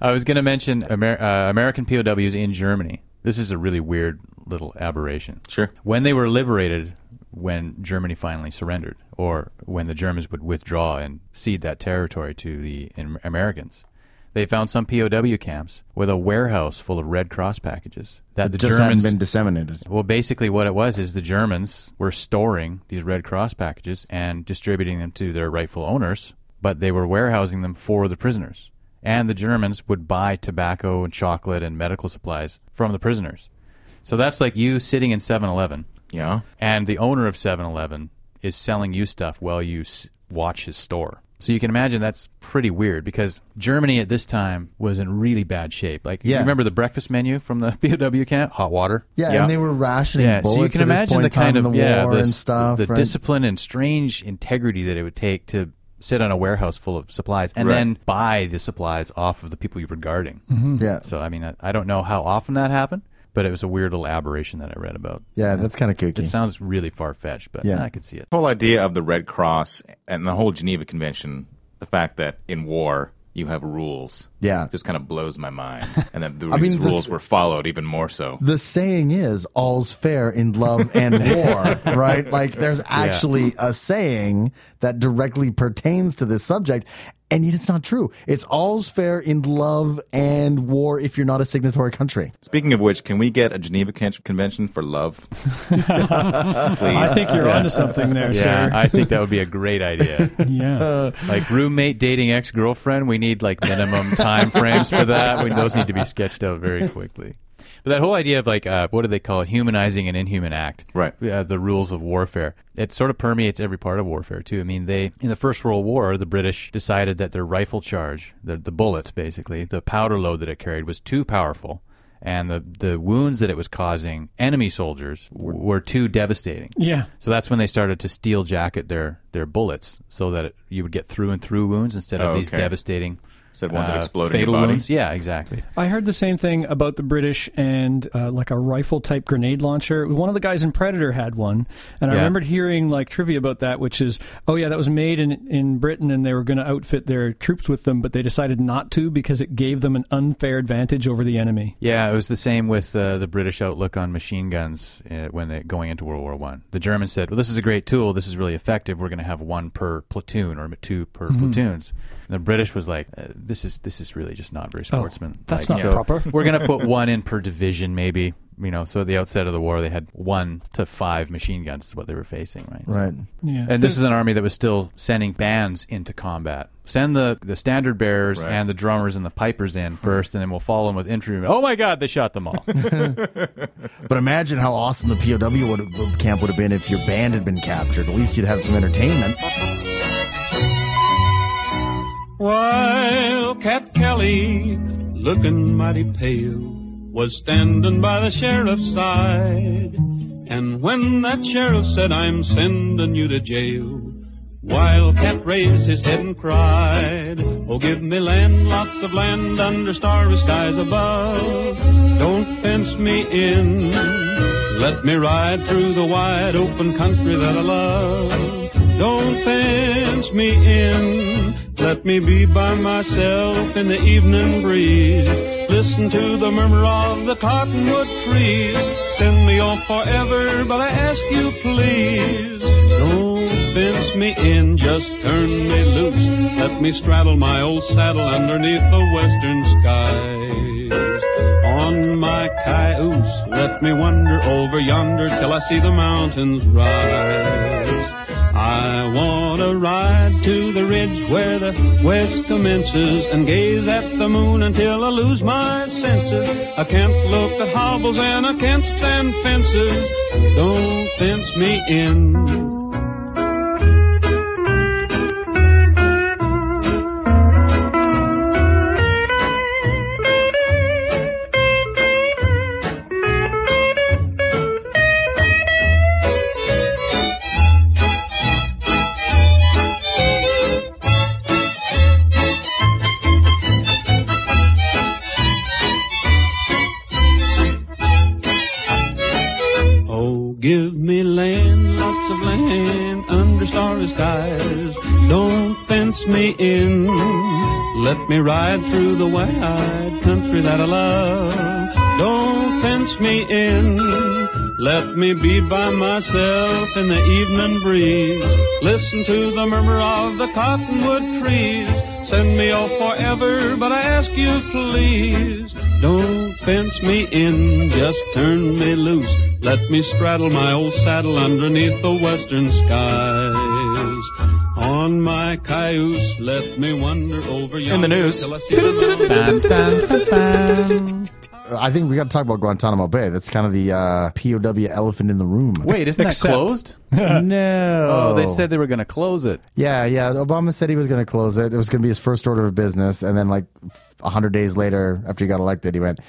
D: I was going to mention Amer- uh, American POWs in Germany. This is a really weird little aberration.
B: Sure.
D: When they were liberated, when Germany finally surrendered, or when the Germans would withdraw and cede that territory to the Am- Americans, they found some POW camps with a warehouse full of Red Cross packages that the
A: Just hadn't
D: Germans
A: been disseminated.
D: Well, basically, what it was is the Germans were storing these Red Cross packages and distributing them to their rightful owners, but they were warehousing them for the prisoners. And the Germans would buy tobacco and chocolate and medical supplies from the prisoners. So that's like you sitting in 7 Eleven,
B: Yeah.
D: and the owner of 7 Eleven is selling you stuff while you s- watch his store. So you can imagine that's pretty weird because Germany at this time was in really bad shape. Like, you
A: Yeah.
D: remember the breakfast menu from the POW camp? Hot water.
A: Yeah,
B: Yeah.
A: and they were rationing
D: Yeah,
A: bullets
D: so you can
A: at this
D: imagine
A: point
D: the
A: in time
D: kind
A: in
D: of
A: the war
D: yeah, the,
A: and
D: s-
A: stuff.
D: the
A: right?
D: discipline and strange integrity that it would take to sit on a warehouse full of supplies and
B: Right.
D: then buy the supplies off of the people you were guarding.
A: Yeah.
D: So I mean, I, I don't know how often that happened, but it was a weird little aberration that I read about.
A: yeah, that's kind of kooky.
D: It sounds really far fetched, but
A: Yeah.
D: I could see it.
B: The whole idea of the Red Cross and the whole Geneva Convention, the fact that in war you have rules.
A: Yeah.
B: Just kind of blows my mind. And that the,
A: I mean,
B: these
A: this-
B: rules were followed even more so.
A: the saying is all's fair in love and war, right? Like there's actually a saying that directly pertains to this subject. And yet it's not true. It's all's fair in love and war if you're not a signatory country.
B: Speaking of which, can we get a Geneva Con- Convention for love?
C: I think you're onto something there,
D: Yeah,
C: sir.
D: I uh, think that would be a great idea.
C: yeah.
D: like roommate dating ex girlfriend, we need like minimum time frames for that. We, those need to be sketched out very quickly. But that whole idea of like uh, what do they call it, humanizing an inhuman act,
B: Right.
D: Uh, the rules of warfare. It sort of permeates every part of warfare too. I mean, they in the First World War, the British decided that their rifle charge, the, the bullet basically, the powder load that it carried was too powerful. And the, the wounds that it was causing enemy soldiers w- were too devastating.
C: Yeah.
D: So that's when they started to steel jacket their their bullets so that it, you would get through and through wounds instead of
B: Oh,
D: these
B: okay.
D: devastating
B: Instead of ones that
D: uh,
B: explode in your
D: fatal
B: body.
D: wounds. Yeah, exactly.
C: I heard the same thing about the British and uh, like a rifle type grenade launcher. One of the guys in Predator had one, and I
D: Yeah.
C: remembered hearing like trivia about that, which is, oh yeah, that was made in in Britain, and they were going to outfit their troops with them, but they decided not to because it gave them an unfair advantage over the enemy.
D: Yeah, it was the same with uh, the British outlook on machine guns uh, when they going into World War One. The Germans said, "Well, this is a great tool. This is really effective. We're going to have one per platoon or two per
C: Mm-hmm.
D: platoons." And the British was like, uh, "This is this is really just not very sportsman.
C: Oh, that's
D: like,
C: not proper.
D: we're going to put one in per division, maybe." You know, so at the outset of the war, they had one to five machine guns is what they were facing, right? So-
C: Yeah.
D: And this is an army that was still sending bands into combat. Send the, the standard bearers
B: Right.
D: and the drummers and the pipers in first, and then we'll follow them with infantrymen. Oh my God, they shot them all.
A: But imagine how awesome the POW would, would- camp would have been if your band had been captured. At least you'd have some entertainment.
E: While Cap Kelly, looking mighty pale, was standing by the sheriff's side. And when that sheriff said, I'm sending you to jail, Wildcat raised his head and cried, Oh, give me land, lots of land under starry skies above. Don't fence me in. Let me ride through the wide open country that I love. Don't fence me in. Let me be by myself in the evening breeze. Listen to the murmur of the cottonwood trees. Send me off forever, but I ask you please. Don't fence me in, just turn me loose. Let me straddle my old saddle underneath the western skies. On my cayuse, let me wander over yonder till I see the mountains rise. I wanna ride to the ridge where the west commences and gaze at the moon until I lose my senses. I can't look at hobbles and I can't stand fences. Don't fence me in. Oh, give me land, lots of land under starry skies. Don't fence me in. Let me ride through the wide country that I love. Don't fence me in. Let me be by myself in the evening breeze. Listen to the murmur of the cottonwood trees. Send me off forever, but I ask you please. Don't fence me in, just turn me loose. Let me straddle my old saddle underneath the western skies. On my cayuse, let me wander over yonder.
B: news.
E: till I see the mountains.
A: I think we got to talk about Guantanamo Bay. That's kind of the uh, POW elephant in the room.
D: Wait, isn't
C: Except-
D: that closed?
A: no.
D: Oh, they said they were going to close it.
A: Yeah, yeah. Obama said he was going to close it. It was going to be his first order of business. And then, like, f- 100 days later, after he got elected, he went,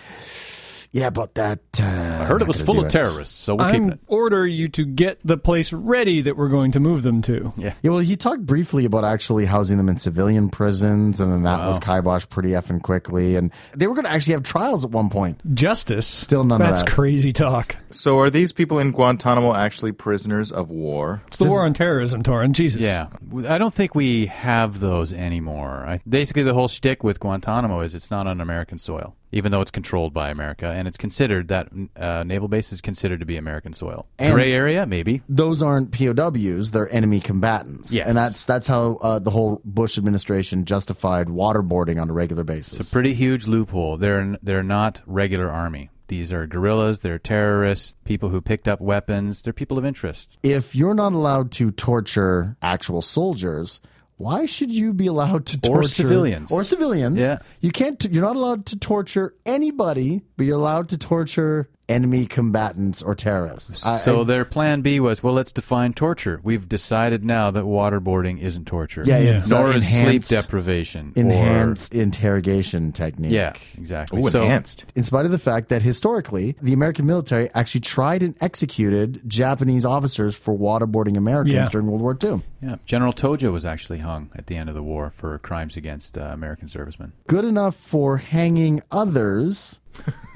A: Yeah, but that. Uh,
D: I heard it was full of terrorists, so we're keeping
C: I'm
D: it.
C: order you to get the place ready that we're going to move them to.
A: Yeah, well, he talked briefly about actually housing them in civilian prisons, and then that was kiboshed pretty effing quickly. And they were going to actually have trials at one point.
C: Justice.
A: Still none of
C: That's
A: that.
C: crazy talk.
B: So are these people in Guantanamo actually prisoners of war?
C: It's the war on terrorism, Torin. Jesus.
D: Yeah, I don't think we have those anymore. I, basically, the whole shtick with Guantanamo is it's not on American soil, even though it's controlled by America, and it's considered that uh, naval base is considered to be American soil.
A: And-
D: Gray area, maybe.
A: Those aren't POWs; they're enemy combatants.
D: Yes.
A: and that's that's how uh, the whole Bush administration justified waterboarding on a regular basis.
D: It's a pretty huge loophole. They're they're not regular army. These are guerrillas. They're terrorists. People who picked up weapons. They're people of interest.
A: if you're not allowed to torture actual soldiers, why should you be allowed to
D: Or
A: torture
D: civilians.
A: Or civilians.
D: Yeah.
A: You can't you're not allowed to torture anybody, but you're allowed to torture enemy combatants or terrorists. I-
D: so
A: I-
D: their plan B was, well, let's define torture. We've decided now that waterboarding isn't torture.
A: yeah, it's
D: Nor
A: uh,
D: is sleep
A: enhanced,
D: deprivation. or-
A: enhanced interrogation technique.
D: yeah, exactly.
B: Ooh,
D: so,
B: enhanced.
A: In spite of the fact that historically the American military actually tried and executed Japanese officers for waterboarding Americans
C: Yeah.
A: during World War II.
D: Yeah, General Tojo was actually hung at the end of the war for crimes against uh, American servicemen.
A: good enough for hanging others,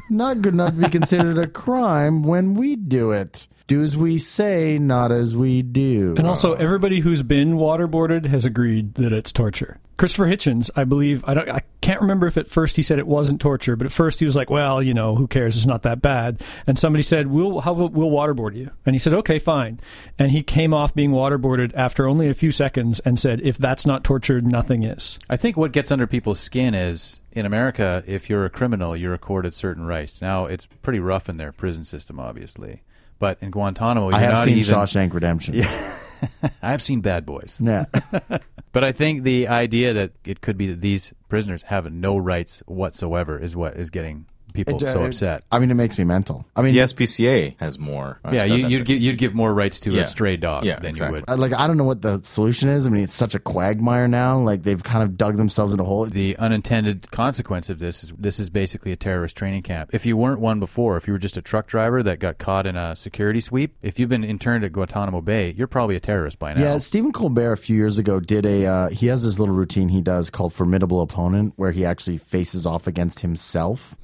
A: not good enough to be considered a crime when we do it. Do as we say, not as we do.
C: And also, everybody who's been waterboarded has agreed that it's torture. Christopher Hitchens, I believe, I, don't, I can't remember if at first he said it wasn't torture, but at first he was like, "Well, you know, who cares? It's not that bad." And somebody said, "We'll how, about- we'll waterboard you," and he said, "Okay, fine." And he came off being waterboarded after only a few seconds and said, "If that's not torture, nothing is."
D: I think what gets under people's skin is in America, if you're a criminal, you're accorded certain rights. Now, it's pretty rough in their prison system, obviously. But in Guantanamo, you're
A: I have
D: not
A: seen
D: even.
A: Shawshank Redemption. Yeah.
D: I've seen bad boys. But I think the idea that it could be that these prisoners have no rights whatsoever is what is getting people
A: It, uh,
D: so upset.
A: I mean, it makes me mental. I mean,
B: The SPCA has more.
D: yeah, you, you'd,
B: get.
D: gi- you'd give more rights to
B: Yeah.
D: a stray dog
B: Yeah,
D: than
B: exactly.
D: you would.
A: I- like, I don't know what the solution is. I mean, it's such a quagmire now. Like, they've kind of dug themselves in a hole.
D: the unintended consequence of this is this is basically a terrorist training camp. If you weren't one before, if you were just a truck driver that got caught in a security sweep, if you've been interned at Guantanamo Bay, you're probably a terrorist by now.
A: Yeah, Stephen Colbert a few years ago did a. Uh, he has this little routine he does called Formidable Opponent, where he actually faces off against himself.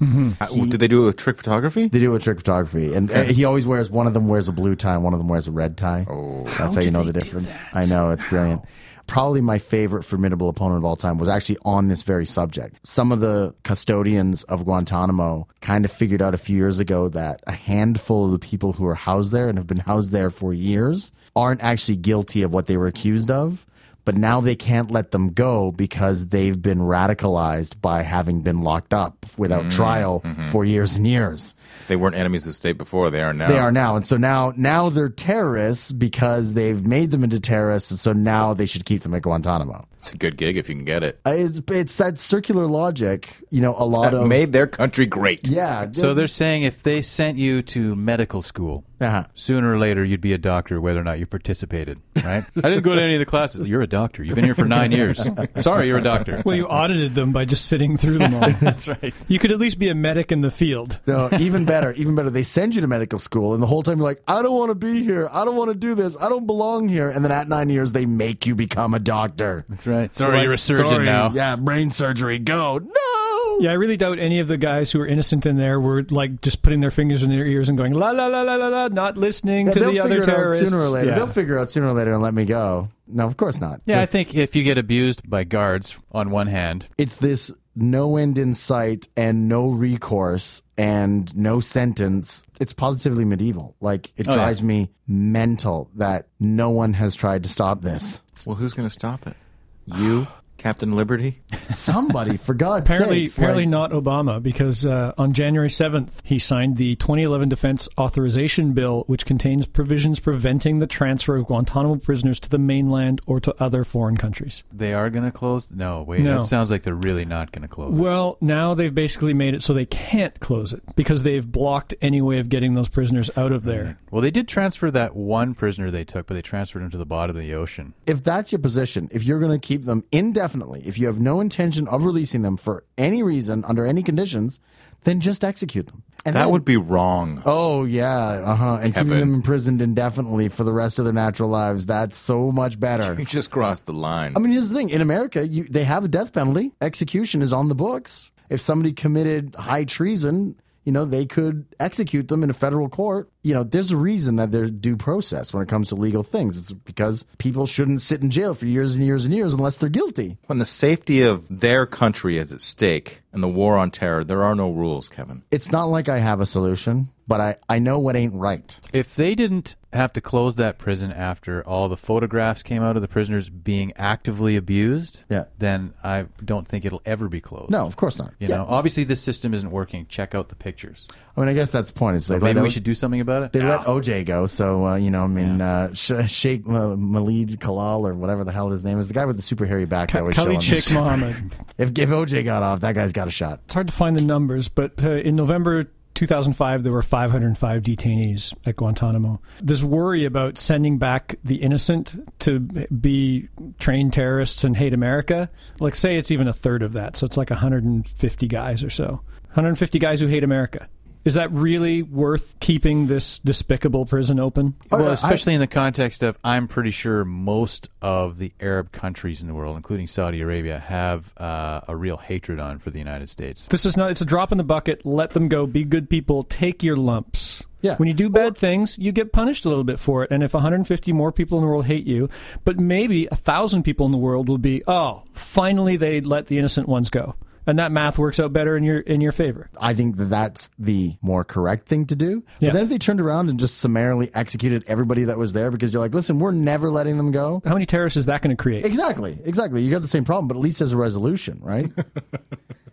B: Did they do it with trick photography?
A: They do a trick photography, and uh, he always wears one of them wears a blue tie, and one of them wears a red tie. Oh, that's how, you know the difference. I know it's brilliant. Probably my favorite formidable opponent of all time was actually on this very subject. Some of the custodians of Guantanamo kind of figured out a few years ago that a handful of the people who are housed there and have been housed there for years aren't actually guilty of what they were accused of. But now they can't let them go because they've been radicalized by having been locked up without trial for years and years.
B: They weren't enemies of the state before. They are now.
A: They
D: Oh.
A: are now, and so now now they're terrorists because they've made them into terrorists, and so now they should keep them at Guantanamo.
B: It's a good gig if you can get it.
A: Uh, It's it's that circular logic, you know. A lot
B: That
A: of
B: made their country great.
A: yeah.
D: So they're saying if they sent you to medical school,
A: Uh-huh.
D: sooner or later you'd be a doctor, whether or not you participated. Right? I didn't go to any of the classes. You're a doctor. You've been here for nine years. Sorry, you're a doctor.
C: Well, you audited them by just sitting through them all. that's right. You could at least be a medic in the field.
A: No, even better, even better. They send you to medical school, and the whole time you're like, I don't want to be here. I don't want to do this. I don't belong here. And then at nine years, they make you become a doctor.
D: That's right. Sorry, you're a surgeon
A: Sorry.
D: now.
A: Yeah, brain surgery. Go no.
C: Yeah, I really doubt any of the guys who were innocent in there were like just putting their fingers in their ears and going la la la la la la, not listening
A: Yeah,
C: to
A: they'll
C: the other
A: figure it out
C: terrorists.
A: sooner or later.
C: Yeah.
A: They'll figure out sooner or later and let me go. No, of course not.
D: Yeah, I think if you get abused by guards on one hand,
A: it's this no end in sight and no recourse and no sentence. It's positively medieval. Like it
D: yeah.
A: drives me mental that no one has tried to stop this.
B: Well, who's going to stop it? You, Captain Liberty?
A: Somebody, for God's
C: Apparently,
A: sake,
C: apparently not Obama, because uh, on January 7th, he signed the 2011 Defense Authorization Bill, which contains provisions preventing the transfer of Guantanamo prisoners to the mainland or to other foreign countries.
D: They are going to close? No, wait.
C: No.
D: That sounds like they're really not going to close. it.
C: Well, now they've basically made it so they can't close it because they've blocked any way of getting those prisoners out of
A: Mm.
C: there.
D: Well, they did transfer that one prisoner they took, but they transferred him to the bottom of the ocean.
A: if that's your position, if you're going to keep them indefinitely, if you have no intention of releasing them for any reason under any conditions, then just execute them. And
B: that
A: then-
B: would be wrong.
A: Oh yeah, uh huh. And keeping
B: Kevin.
A: them imprisoned indefinitely for the rest of their natural lives. That's so much better.
B: You just crossed the line.
A: I mean, here's the thing: in America, you, they have a death penalty. Execution is on the books. If somebody committed high treason, you know they could execute them in a federal court. You know, there's a reason that there's due process when it comes to legal things. It's because people shouldn't sit in jail for years and years and years unless they're guilty.
B: when the safety of their country is at stake and the war on terror, there are no rules, Kevin.
A: It's not like I have a solution, but I I know what ain't right.
D: If they didn't have to close that prison after all the photographs came out of the prisoners being actively abused,
A: Yeah.
D: then I don't think it'll ever be closed.
A: No, of course not.
D: You
A: Yeah.
D: know, obviously this system isn't working. Check out the pictures.
A: I mean, I guess that's the point. It's like
D: Maybe
A: let
D: we
A: O-
D: should do something about it.
A: They let OJ go, so uh, you know, I mean, uh, Sh- Sheikh uh, Khalid Kalal or whatever the hell his name is, the guy with the super hairy back that was showing.
C: Khalid Sheikh Mohammed.
A: If, if OJ got off, that guy's got a shot.
C: It's hard to find the numbers, but uh, in November 2005, there were 505 detainees at Guantanamo. This worry about sending back the innocent to be trained terrorists and hate America, like, say it's even a third of that. So it's like 150 guys or so. 150 guys who hate America. Is that really worth keeping this despicable prison open?
A: Oh,
D: Well,
A: yeah,
D: especially in the context of, I'm pretty sure most of the Arab countries in the world, including Saudi Arabia, have uh, a real hatred on for the United States.
C: This is not, it's a drop in the bucket. Let them go. Be good people. Take your lumps.
A: Yeah.
C: When you do bad things, you get punished a little bit for it. And if 150 more people in the world hate you, but maybe 1,000 people in the world will be, oh, finally they let the innocent ones go. And that math works out better in your in your favor.
A: I think that that's the more correct thing to do.
C: Yeah.
A: But then if they turned around and just summarily executed everybody that was there because you're like, listen, we're never letting them go.
C: How many terrorists is that going to create?
A: Exactly, exactly. You got the same problem, but at least there's a resolution, right?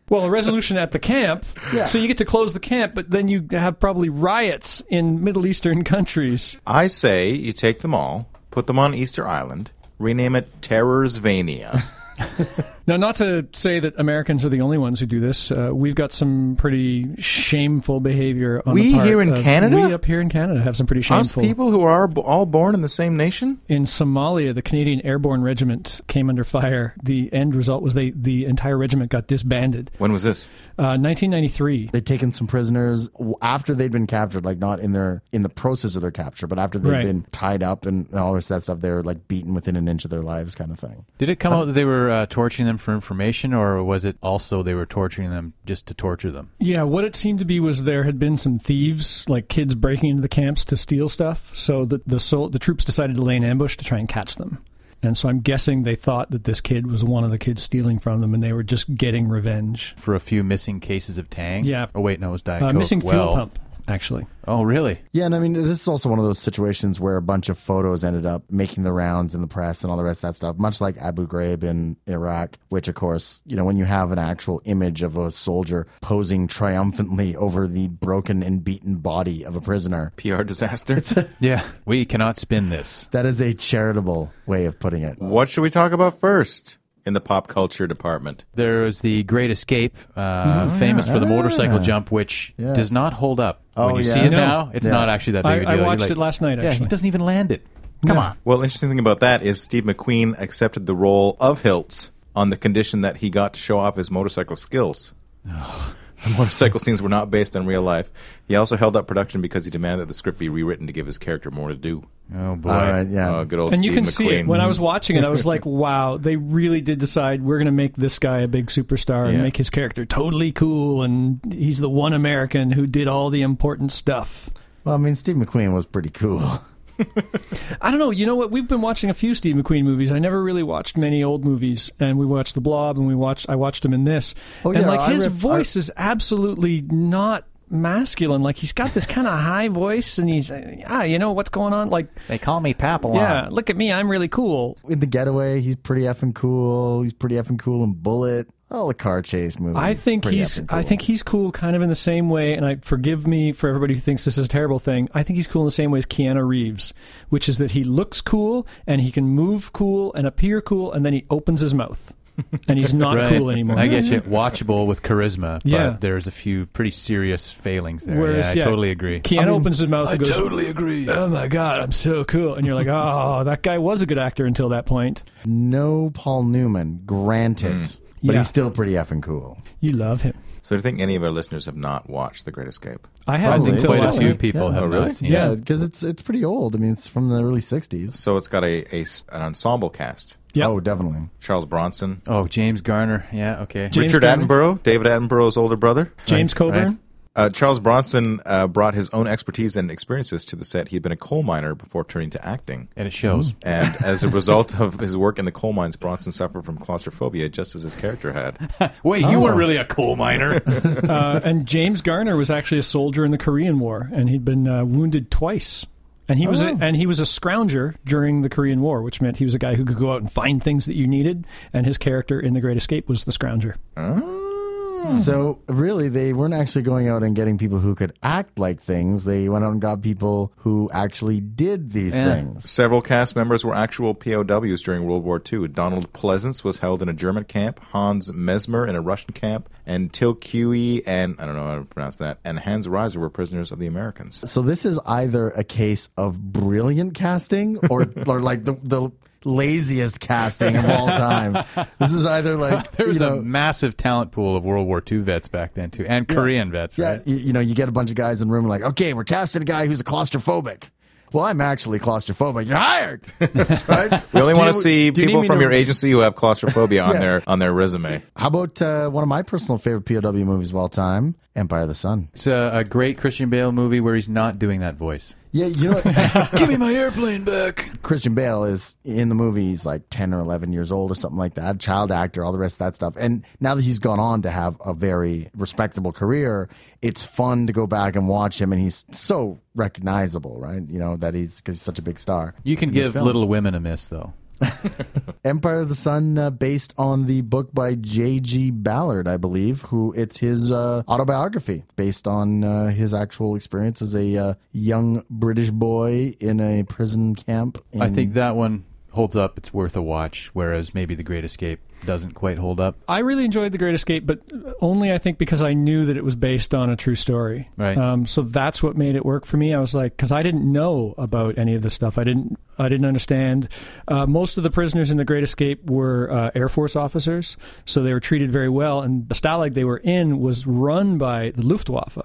C: Well, a resolution at the camp.
A: Yeah.
C: So you get to close the camp, but then you have probably riots in Middle Eastern countries.
B: I say you take them all, put them on Easter Island, rename it Terrorsvania.
C: Now, not to say that Americans are the only ones who do this. Uh, we've got some pretty shameful behavior. On
B: We
C: the part
B: here in
C: of-
B: Canada?
C: we up here in Canada have some pretty
B: Us
C: shameful.
B: people who are b- all born in the same nation?
C: In Somalia, the Canadian Airborne Regiment came under fire. The end result was they the entire regiment got disbanded.
B: When was this?
C: Uh, 1993.
A: They'd taken some prisoners w- after they'd been captured, like not in their in the process of their capture, but after they had
C: Right.
A: been tied up and all this that stuff. They were like beaten within an inch of their lives, kind of thing.
D: Did it come out that they were uh, torturing them for information, or was it also they were torturing them just to torture them?
C: Yeah, what it seemed to be was there had been some thieves, like kids breaking into the camps to steal stuff. So the the, sol- the troops decided to lay an ambush to try and catch them. And so I'm guessing they thought that this kid was one of the kids stealing from them, and they were just getting revenge.
D: For a few missing cases of Tang?
C: Yeah.
D: Oh, wait, no, it was Diet
C: Uh,
D: Coke.
C: missing fuel
D: Well-
C: pump, actually.
D: Oh, really?
A: Yeah, and I mean, this is also one of those situations where a bunch of photos ended up making the rounds in the press and all the rest of that stuff, much like Abu Ghraib in Iraq, which, of course, you know, when you have an actual image of a soldier posing triumphantly over the broken and beaten body of a prisoner,
B: PR disaster?
D: Yeah. We cannot spin this.
A: that is a charitable way of putting it.
B: what should we talk about first in the pop culture department?
D: There was the Great Escape,
C: Mm-hmm.
D: uh,
C: Oh,
D: famous for the
C: Ah.
D: motorcycle jump, which does not hold up.
A: Oh,
D: when you
A: yeah.
D: see it
C: No.
D: now, it's
A: Yeah.
D: not actually that big
C: I-
D: of a
C: I
D: deal. You're
C: watched
D: like,
C: it last night,
D: Yeah, he
C: actually."
D: doesn't even land it.
C: Come on.
B: Well, interesting thing about that is Steve McQueen accepted the role of Hiltz on the condition that he got to show off his motorcycle skills. the motorcycle scenes were not based on real life. He also held up production because he demanded that the script be rewritten to give his character more to do.
D: Oh, boy.
A: All right, yeah.
B: Oh, good old
C: And
B: Steve
C: you can
B: McQueen.
C: see it. When I was watching it, I was like, wow, they really did decide we're going to make this guy a big superstar and
B: Yeah.
C: make his character totally cool. And he's the one American who did all the important stuff.
A: Well, I mean, Steve McQueen was pretty cool.
C: I don't know. You know what? We've been watching a few Steve McQueen movies. I never really watched many old movies, and we watched The Blob, and we watched. I watched him in this,
A: Oh,
C: and
A: yeah,
C: like
A: I
C: his
A: rep-
C: voice is absolutely not masculine. Like he's got this kind of high voice, and he's ah, you know what's going on? Like
D: They call me Papillon.
C: yeah, look at me, I'm really cool.
A: In The Getaway, he's pretty effing cool. He's pretty effing cool in Bullet. All the car chase movies.
C: I think
A: pretty
C: he's
A: effing
C: I
A: cool.
C: think he's cool kind of in the same way and I forgive me for everybody who thinks this is a terrible thing. I think he's cool in the same way as Keanu Reeves, which is that he looks cool and he can move cool and appear cool and then he opens his mouth. And he's not
D: Right.
C: cool anymore.
D: I get you. Watchable with charisma, but
C: Yeah.
D: there's a few pretty serious failings there.
C: Whereas,
D: yeah,
C: yeah,
D: I totally agree.
C: Keanu opens his mouth and goes,
D: agree.
C: "Oh my god, I'm so cool." And you're like, "Oh, that guy was a good actor until that point."
A: no Paul Newman, granted, but
C: Yeah.
D: Mm.
A: he's still pretty effing cool.
C: You love him.
B: So do you think any of our listeners have not watched The Great Escape?
C: I
D: I
C: haven't
D: think
C: until
D: quite a
C: last
D: few
C: night.
D: people
A: Yeah.
D: have
B: Oh, really?
D: not seen
A: Yeah,
D: it.
A: because it's it's pretty old. I mean, it's from the early '60s.
B: So it's got a, a s- an ensemble cast:
C: Yep.
A: Oh, definitely.
B: Charles Bronson,
D: Oh, James Garner. Yeah, okay.
C: James
B: Richard
C: Cameron.
B: Attenborough, David Attenborough's older brother.
C: James
D: Right,
C: Coburn.
D: right.
B: Uh, Charles Bronson uh, brought his own expertise and experiences to the set. He had been a coal miner before turning to acting.
D: And it shows.
B: And as a result of his work in the coal mines, Bronson suffered from claustrophobia, just as his character had.
D: Wait, you weren't really a coal miner.
C: Uh, and James Garner was actually a soldier in the Korean War, and he'd been uh, wounded twice. And he was a, and he was a scrounger during the Korean War, which meant he was a guy who could go out and find things that you needed. And his character in The Great Escape was the scrounger.
A: So really, they weren't actually going out and getting people who could act like things. They went out and got people who actually did these
D: Yeah.
A: things.
B: Several cast members were actual POWs during World War II. Donald Pleasance was held in a German camp, Hans Mesmer in a Russian camp, and Till Cuey and I don't know how to pronounce that, and Hans Reiser were prisoners of the Americans.
A: So this is either a case of brilliant casting or or like the the laziest casting of all time. This is either like
D: There was
A: you
D: a
A: know,
D: massive talent pool of World War II vets back then too, and Korean vets,
A: yeah,
D: right?
A: you, you know, you get a bunch of guys in a room like, okay, we're casting a guy who's a claustrophobic. Well, I'm actually claustrophobic. You're hired. That's right.
B: We only
A: Do
B: want to
A: you-
B: see
A: do you need
B: people
A: me
B: from
A: to-
B: your agency who have claustrophobia on
A: Yeah.
B: their on their resume.
A: How about uh, one of my personal favorite POW movies of all time, Empire of the Sun?
D: It's a, a great Christian Bale movie where he's not doing that voice.
A: Yeah, you know,
D: Give me my airplane back.
A: Christian Bale is in the movie. He's like ten or eleven years old or something like that. Child actor, all the rest of that stuff. And now that he's gone on to have a very respectable career, it's fun to go back and watch him. And he's so recognizable, right? You know that he's because he's such a big star.
D: You can give Little Women a miss though.
A: Empire of the Sun, uh, based on the book by J.G. Ballard, I believe, who it's his uh, autobiography based on uh, his actual experience as a uh, young British boy in a prison camp. In,
D: I think that one holds up. It's worth a watch. Whereas maybe The Great Escape doesn't quite hold up.
C: I really enjoyed The Great Escape, but only I think because I knew that it was based on a true story.
D: Right.
C: Um, so that's what made it work for me. I was like, because I didn't know about any of this stuff. I didn't. I didn't understand. Uh, most of the prisoners in The Great Escape were uh, Air Force officers, so they were treated very well. And the Stalag they were in was run by the Luftwaffe.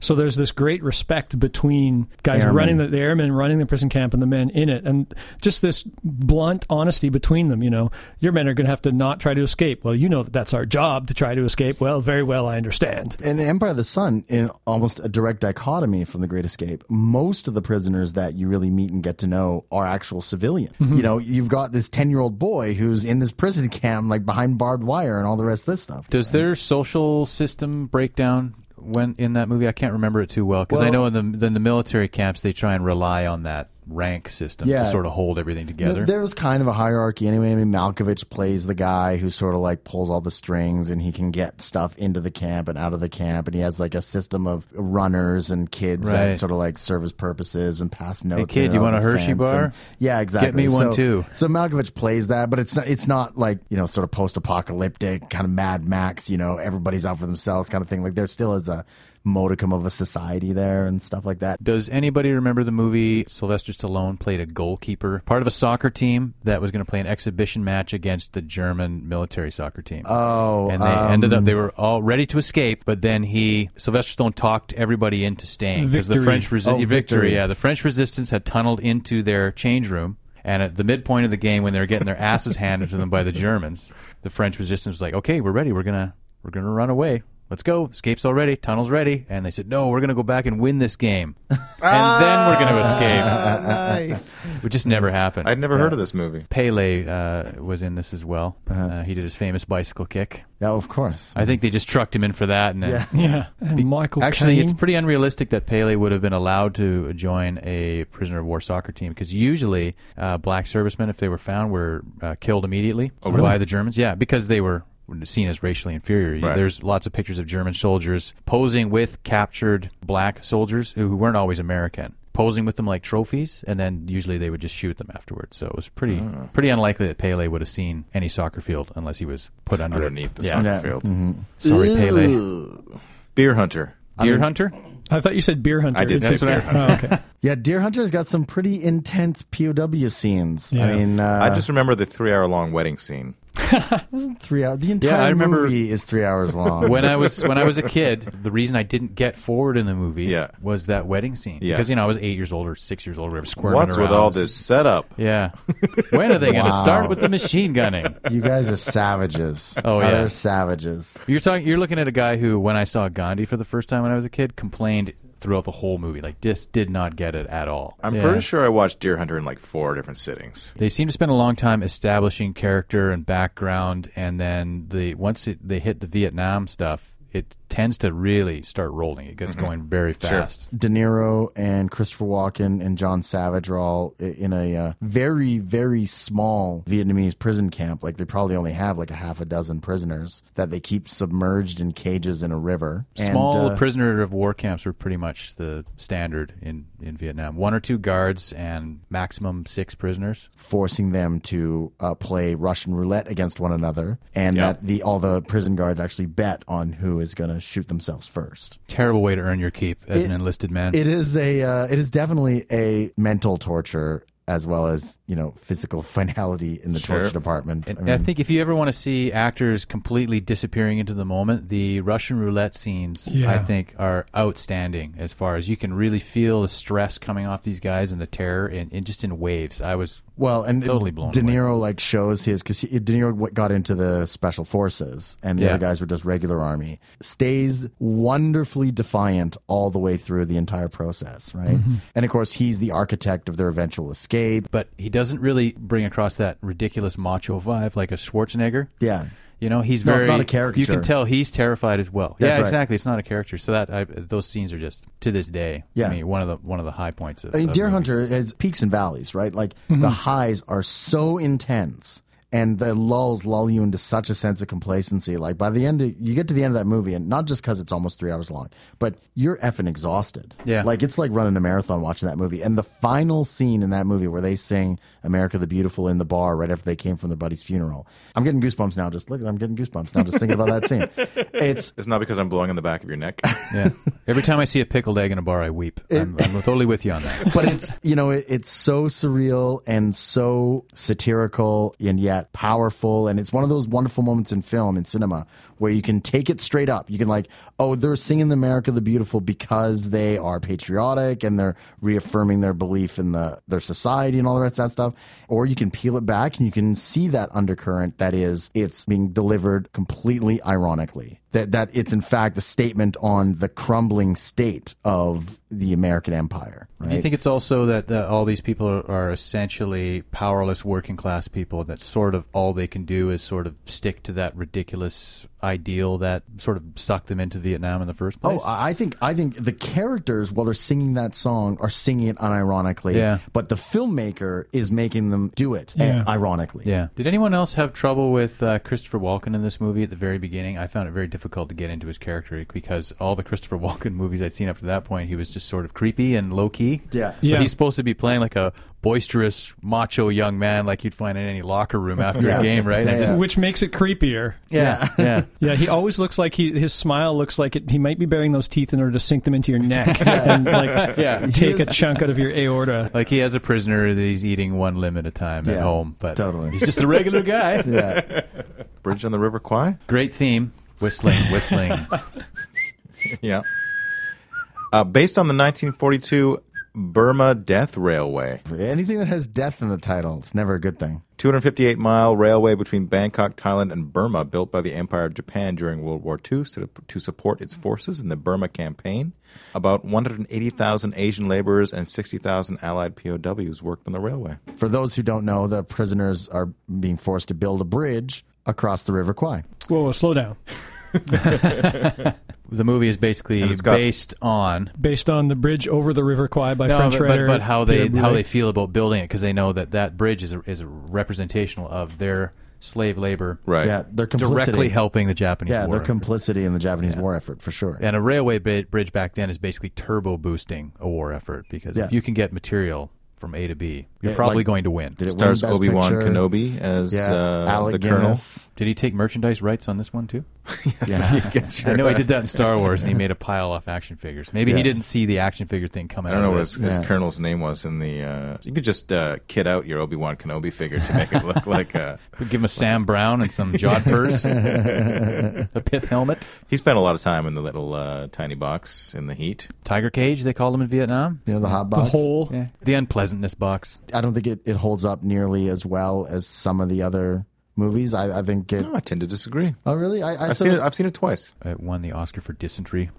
C: So there's this great respect between guys
A: Airmen.
C: running the, the airmen running the prison camp and the men in it, and just this blunt honesty between them. You know, your men are going to have to not try to escape. Well, you know that that's our job to try to escape. Well, very well, I understand.
A: in Empire of the Sun, in almost a direct dichotomy from The Great Escape, most of the prisoners that you really meet and get to know are actual civilian.
D: Mm-hmm.
A: You know, you've got this 10 year old boy who's in this prison camp, like behind barbed wire and all the rest of this stuff.
D: Does their social system break down when in that movie? I can't remember it too well because I know in the in the military camps they try and rely on that rank system
A: Yeah.
D: to sort of hold everything together.
A: There was kind of a hierarchy anyway. I mean, Malkovich plays the guy who sort of like pulls all the strings and he can get stuff into the camp and out of the camp. And he has like a system of runners and kids
D: Right.
A: that sort of like serve his purposes and pass notes.
D: kid,
A: in
D: you
A: over
D: want a
A: the
D: Hershey
A: fence
D: bar?
A: and- yeah, exactly.
D: me
A: so,
D: one too.
A: So Malkovich plays that, but it's not, it's not like, you know, sort of post apocalyptic, kind of Mad Max, you know, everybody's out for themselves kind of thing. Like there still is a modicum of a society there and stuff like that.
D: Does anybody remember the movie Sylvester Stallone played a goalkeeper, part of a soccer team that was going to play an exhibition match against the German military soccer team?
A: Oh,
D: and they ended up they were all ready to escape, but then he Sylvester Stallone talked everybody into staying because the
C: Victory.
D: French resi-
A: Oh,
D: victory,
A: victory.
D: yeah, the French resistance had tunneled into their change room. And at the midpoint of the game, when they were getting their asses handed to them by the Germans, the French resistance was like, "Okay, we're ready. We're gonna we're gonna run away. Let's go. Escape's all ready. Tunnel's ready." And they said, "No, we're gonna go back and win this game, and then we're gonna escape."
B: nice.
D: Which just never happened.
B: I'd never heard of this movie.
D: Pele uh, was in this as well. Uh, he did his famous bicycle kick.
A: Yeah, of course.
D: I think they just trucked him in for that, and then
C: Yeah. And Michael
D: Actually,
C: Caine.
D: it's pretty unrealistic that Pele would have been allowed to join a prisoner of war soccer team because usually uh, black servicemen, if they were found, were uh, killed immediately by the Germans. Yeah, because they were seen as racially inferior. You-
B: Right.
D: There's lots of pictures of German soldiers posing with captured black soldiers who who weren't always American. Posing with them like trophies, and then usually they would just shoot them afterwards. So it was pretty pretty unlikely that Pele would have seen any soccer field unless he was put under it.
B: Underneath the
D: yeah. Mm-hmm.
B: soccer
A: Yeah.
B: field.
D: Sorry, Pele.
B: Beer Hunter.
D: Deer hunter.
C: I thought you said Beer Hunter.
B: I did
C: It's
B: say
C: just-
B: Beer Hunter.
C: Oh, okay.
A: Yeah, Deer Hunter's got some pretty intense POW scenes.
C: Yeah.
A: I mean, uh,
B: I just remember the three hour long wedding scene.
A: Wasn't three hours. The entire
D: I remember-
A: movie is three hours long.
D: when I was when I was a kid, the reason I didn't get forward in the movie
B: Yeah.
D: was that wedding scene.
B: Yeah.
D: Because you know I was eight years old or six years old, or whatever. Squirming
B: What's
D: around.
B: with all this setup?
D: Yeah. When are they going to
A: Wow.
D: start with the machine gunning?
A: you guys are savages.
D: Oh, yeah.
A: Utter savages.
D: You're talking. You're looking at a guy who, when I saw Gandhi for the first time when I was a kid, complained throughout the whole movie. Like, just did not get it at all.
B: I'm
D: Yeah.
B: pretty sure I watched Deer Hunter in like four different sittings.
D: They seem to spend a long time establishing character and background, and then the once it, they hit the Vietnam stuff, it tends to really start rolling. It
B: Mm-hmm.
D: gets going very fast.
A: De Niro and Christopher Walken and John Savage are all i- in a uh, very, very small Vietnamese prison camp. Like they probably only have like a half a dozen prisoners that they keep submerged in cages in a river. And,
D: Small
A: uh,
D: prisoner of war camps were pretty much the standard in, in Vietnam. One or two guards and maximum six prisoners.
A: forcing them to uh, play Russian roulette against one another, and
B: Yeah.
A: that the all the prison guards actually bet on who is going to shoot themselves first.
D: Terrible way to earn your keep as an enlisted man.
A: It is a uh, it is definitely a mental torture as well as you know physical finality in the
B: Sure.
A: torture department.
D: And
A: I
D: I,
A: mean,
D: think if you ever want to see actors completely disappearing into the moment, the Russian roulette scenes I
C: Yeah.
D: think are outstanding as far as you can really feel the stress coming off these guys and the terror and, and just in waves. I was
A: Well, and
D: Totally blown
A: De
D: away.
A: Niro like shows his because De Niro w- got into the special forces, and the
D: Yeah.
A: other guys were just regular army. Stays wonderfully defiant all the way through the entire process, right?
D: Mm-hmm.
A: And of course, he's the architect of their eventual escape.
D: but he doesn't really bring across that ridiculous macho vibe like a Schwarzenegger.
A: Yeah,
D: You know, he's
A: No,
D: very
A: it's not a caricature.
D: You can tell he's terrified as well.
A: That's
D: yeah,
A: right.
D: exactly. It's not a character. So that I, those scenes are just to this day.
A: Yeah.
D: I mean, one of the one of the high points of
A: I mean,
D: of
A: Deer
D: the movie.
A: Hunter has peaks and valleys, right? Like the highs are so intense, and the lulls lull you into such a sense of complacency. Like by the end, of, you get to the end of that movie, and not just because it's almost three hours long, but you're effing exhausted.
D: Yeah.
A: like it's like running a marathon watching that movie. And the final scene in that movie where they sing "America the Beautiful" in the bar right after they came from their buddy's funeral. I'm getting goosebumps now. Just look, I'm getting goosebumps now. Just thinking about that scene. It's
B: It's not because I'm blowing on the back of your neck.
D: Yeah. Every time I see a pickled egg in a bar, I weep. I'm, I'm totally with you on that.
A: but it's you know it, it's so surreal and so satirical and yet powerful and it's one of those wonderful moments in film in cinema where you can take it straight up you can like oh they're singing america the beautiful because they are patriotic and they're reaffirming their belief in the their society and all the rest of that stuff or you can peel it back and you can see that undercurrent that is it's being delivered completely ironically that that it's in fact a statement on the crumbling state of the American empire.
D: Do you think it's also that, that all these people are, are essentially powerless working class people that sort of all they can do is sort of stick to that ridiculous ideal that sort of sucked them into Vietnam in the first place?
A: Oh, I I think I think the characters while they're singing that song are singing it unironically.
D: Yeah.
A: But the filmmaker is making them do it eh,
C: Yeah.
A: ironically.
D: yeah. Did anyone else have trouble with uh, Christopher Walken in this movie at the very beginning? I found it very difficult to get into his character because all the Christopher Walken movies I'd seen up to that point, he was just sort of creepy and low key.
A: Yeah.
C: Yeah.
D: But he's supposed to be playing like a boisterous, macho young man like you'd find in any locker room after
A: Yeah.
D: a game, right?
A: Yeah,
D: And just-
C: which makes it creepier.
D: yeah. yeah.
C: Yeah, he always looks like he his smile looks like it, he might be burying those teeth in order to sink them into your neck and like
D: Yeah.
C: take a chunk out of your aorta.
D: Like he has a prisoner that he's eating one limb at a time at
A: Yeah,
D: home, but
A: totally.
D: he's just a regular guy.
A: Yeah.
B: Bridge on the River Kwai?
D: Great theme, whistling, whistling.
B: Yeah. Uh, based on the 1942 Burma Death Railway,
A: Anything that has death in the title, it's never a good thing.
B: 258 mile railway between Bangkok, Thailand, and Burma, built by the Empire of Japan during World War II to, to support its forces in the Burma campaign. About 180,000 Asian laborers and 60,000 Allied POWs worked on the railway.
A: For those who don't know, the prisoners are being forced to build a bridge across the River Kwai.
C: Whoa, whoa, slow down.
D: the movie is basically
B: And it's got-
D: based on
C: Based on the bridge over the River Kwai by
D: No,
C: French
D: but,
C: writer,
D: but, but how they
C: Pierre Boulez.
D: how they feel about building it because they know that that bridge is a, is a representational of their slave labor
B: Right.
A: Yeah, their complicity.
D: directly helping the Japanese
A: yeah,
D: war.
A: their complicity in the Japanese war effort for sure.
D: and a railway ba- bridge back then is basically turbo boosting a war effort because
A: Yeah.
D: if you can get material from A to B, you're
A: Yeah,
D: probably
A: like-
D: going to win.
A: Did it win
B: Stars
A: Best
B: Obi Wan
A: Picture?
B: Kenobi as
A: Yeah,
B: uh,
A: Alec
B: the colonel.
A: Guinness.
D: Did he take merchandise rights on this one too?
B: You get your- uh,
D: I know he did that in Star Wars, and he made a pile off action figures. Maybe he didn't see the action figure thing coming.
B: I don't
D: out
B: know
D: of
B: what
D: this.
B: his, his colonel's name was in the. Uh, you could just uh, kit out your Obi Wan Kenobi figure to make it look like. Uh,
D: Give him a Sam Brown and some jodhpurs, a pith helmet,
B: he spent a lot of time in the little uh, tiny box in the heat.
D: tiger cage. They called him in Vietnam.
A: You know, the hot
C: The
A: box.
C: whole
D: Yeah, the unpleasantness box.
A: I don't think it, it holds up nearly as well as some of the other movies. I, I think it.
B: No, I tend to disagree.
A: Oh, really? I, I
B: I've
A: said
B: seen it. I've seen it twice.
D: It uh, won the Oscar for dysentery.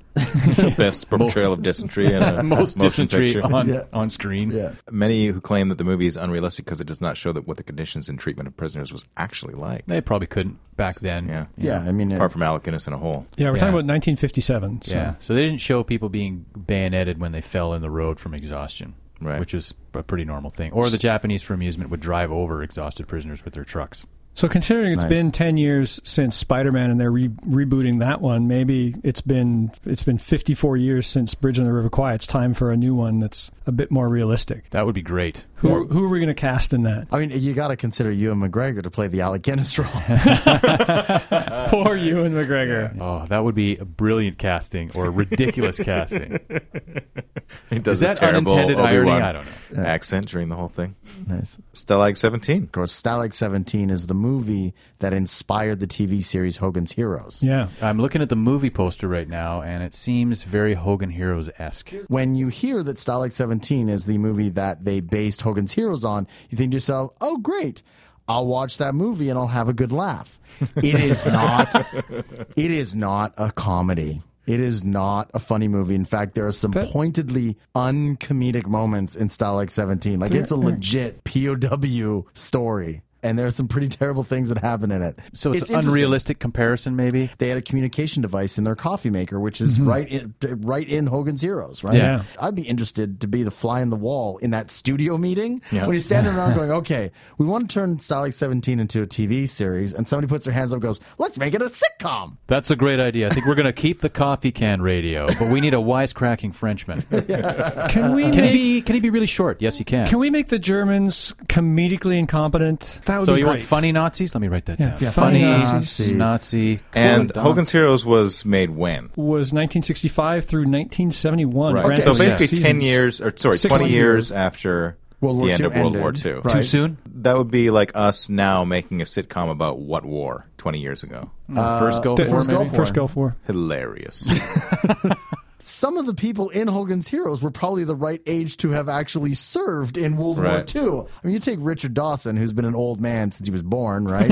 B: Best portrayal of dysentery in a
D: Most
B: motion
D: dysentery
B: picture.
D: on
A: Yeah.
D: on screen.
A: Yeah.
B: Many who claim that the movie is unrealistic because it does not show that what the conditions and treatment of prisoners was actually like.
D: They probably couldn't back then.
B: Yeah,
A: Yeah, I mean, it,
B: Apart from Alec Guinness in a hole.
C: Yeah, we're talking
D: Yeah.
C: about 1957. So.
D: Yeah. So they didn't show people being bayoneted when they fell in the road from exhaustion,
B: Right.
D: which is a pretty normal thing. Or the Japanese for amusement would drive over exhausted prisoners with their trucks.
C: So considering it's
A: Nice.
C: been 10 years since Spider-Man and they're re- rebooting that one, maybe it's been it's been 54 years since Bridge on the River Kwai. It's time for a new one that's a bit more realistic.
D: That would be great.
C: Who who are we going to cast in that?
A: I mean, you got to consider Ewan McGregor to play the Alec Guinness role.
C: Poor Ewan McGregor.
D: Oh, that would be a brilliant casting or a ridiculous casting.
B: It does
D: Is
B: this
D: that
B: terrible
D: unintended irony?
B: Obi-Wan
D: I don't know.
B: Accent during the whole thing.
A: nice. Of
B: Stalag 17.
A: course, Stalag 17 is the movie that inspired the TV series Hogan's Heroes.
C: Yeah.
D: I'm looking at the movie poster right now, and it seems very Hogan Heroes esque.
A: When you hear that Stalag 17 is the movie that they based Hogan's Heroes on, you think to yourself, oh, great. I'll watch that movie and I'll have a good laugh. It is not. it is not a comedy. It is not a funny movie. In fact, there are some pointedly uncomedic moments in Stalag 17. Like it's a legit POW story, and there are some pretty terrible things that happen in it.
D: So it's,
A: interesting
D: an unrealistic comparison, maybe.
A: they had a communication device in their coffee maker, which is
B: Mm-hmm.
A: right in right in Hogan's Heroes, right?
D: Yeah.
A: I'd be interested to be the fly in the wall in that studio meeting
B: Yeah.
A: when he's standing around going, "Okay, we want to turn Stalag 17 into a TV series," and somebody puts their hands up, and goes, "Let's make it a sitcom."
D: That's a great idea. I think we're going to keep the coffee can radio, but we need a wisecracking Frenchman.
C: Can we
D: Can he
C: make,
D: be? Can he be really short? Yes, he can.
C: can we make the Germans comedically incompetent? That would
D: so
C: be
D: you
C: great.
D: want funny Nazis? Let me write that
C: Yeah,
D: down.
C: yeah,
D: Funny,
C: funny
A: Nazis.
D: Nazi. Nazi.
B: And
D: Cool,
B: Hogan's Heroes was made when?
C: was 1965 through 1971.
B: Right.
C: Brand
B: So
C: new
B: basically,
C: seasons.
B: ten years or sorry,
C: Six
B: twenty
C: years.
B: years after
A: World War
B: the end
A: II
B: of World
A: ended.
B: War II.
D: Too
A: Right.
D: soon?
B: That would be like us now making a sitcom about what war twenty years ago.
D: The Uh, first Gulf
C: The
D: War,
C: first
D: maybe?
C: Gulf, first Gulf War.
B: Hilarious.
A: Some of the people in Hogan's Heroes were probably the right age to have actually served in World
B: Right.
A: War II. I mean, you take Richard Dawson, who's been an old man since he was born, right?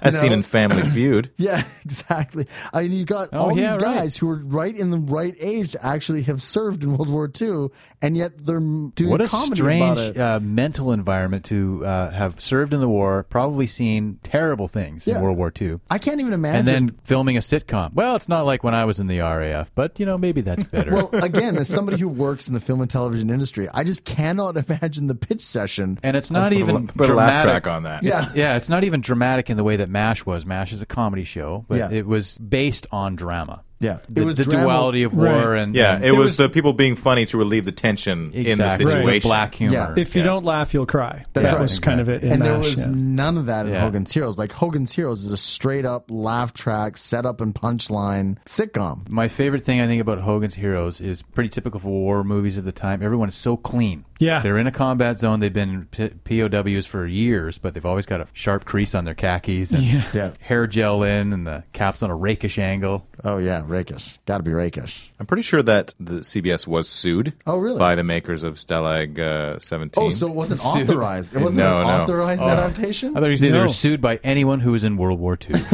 B: As seen in Family Feud.
A: Yeah, exactly. I mean, you got
D: Oh,
A: all
D: yeah,
A: these
D: right.
A: guys who are right in the right age to actually have served in World War II, and yet they're m- doing
D: What a
A: comedy about
D: strange
A: it.
D: uh, mental environment to uh, have served in the war, probably seen terrible things
A: Yeah.
D: in World War II,
A: I can't even imagine.
D: and then filming a sitcom. Well, it's not like when I was in the RAF, but you know maybe that's better.
A: well, again, as somebody who works in the film and television industry, I just cannot imagine the pitch session.
D: and it's not even
B: Put a laugh
D: dramatic.
B: track on that.
A: yeah,
D: Yeah, it's not even dramatic in the way that MASH was. MASH is a comedy show, but
A: Yeah.
D: it was based on drama.
A: Yeah.
D: the,
A: It was
D: the
A: drama-
D: duality of war
C: Right.
D: and
B: Yeah,
D: and
B: it, was,
A: was-
B: the people being funny to relieve the tension in the
D: Exactly.
B: situation.
D: With black humor.
A: Yeah.
C: If you don't laugh, you'll cry.
A: That's
C: that
A: right.
C: was kind of it. In
A: and there
C: MASH,
A: was
C: yeah.
A: none of that in
D: Yeah.
A: Hogan's Heroes. Like Hogan's Heroes is a straight up laugh track, setup and punchline sitcom.
D: My favorite thing I think about Hogan's Heroes is pretty typical for war movies of the time. Everyone is so clean.
C: Yeah.
D: They're in a combat zone. They've been P- POWs for years, but they've always got a sharp crease on their khakis and
A: Yeah.
D: hair gel in and the cap's on a rakish angle.
A: Oh yeah, rakish. Got to be rakish.
B: I'm pretty sure that the CBS was sued.
A: Oh, really?
B: By the makers of Stalag uh, 17.
A: Oh, so it wasn't authorized. It wasn't
B: No,
A: an
B: no.
A: authorized
D: Oh.
A: adaptation.
D: I thought you said they
C: No.
D: were sued by anyone who was in World War II.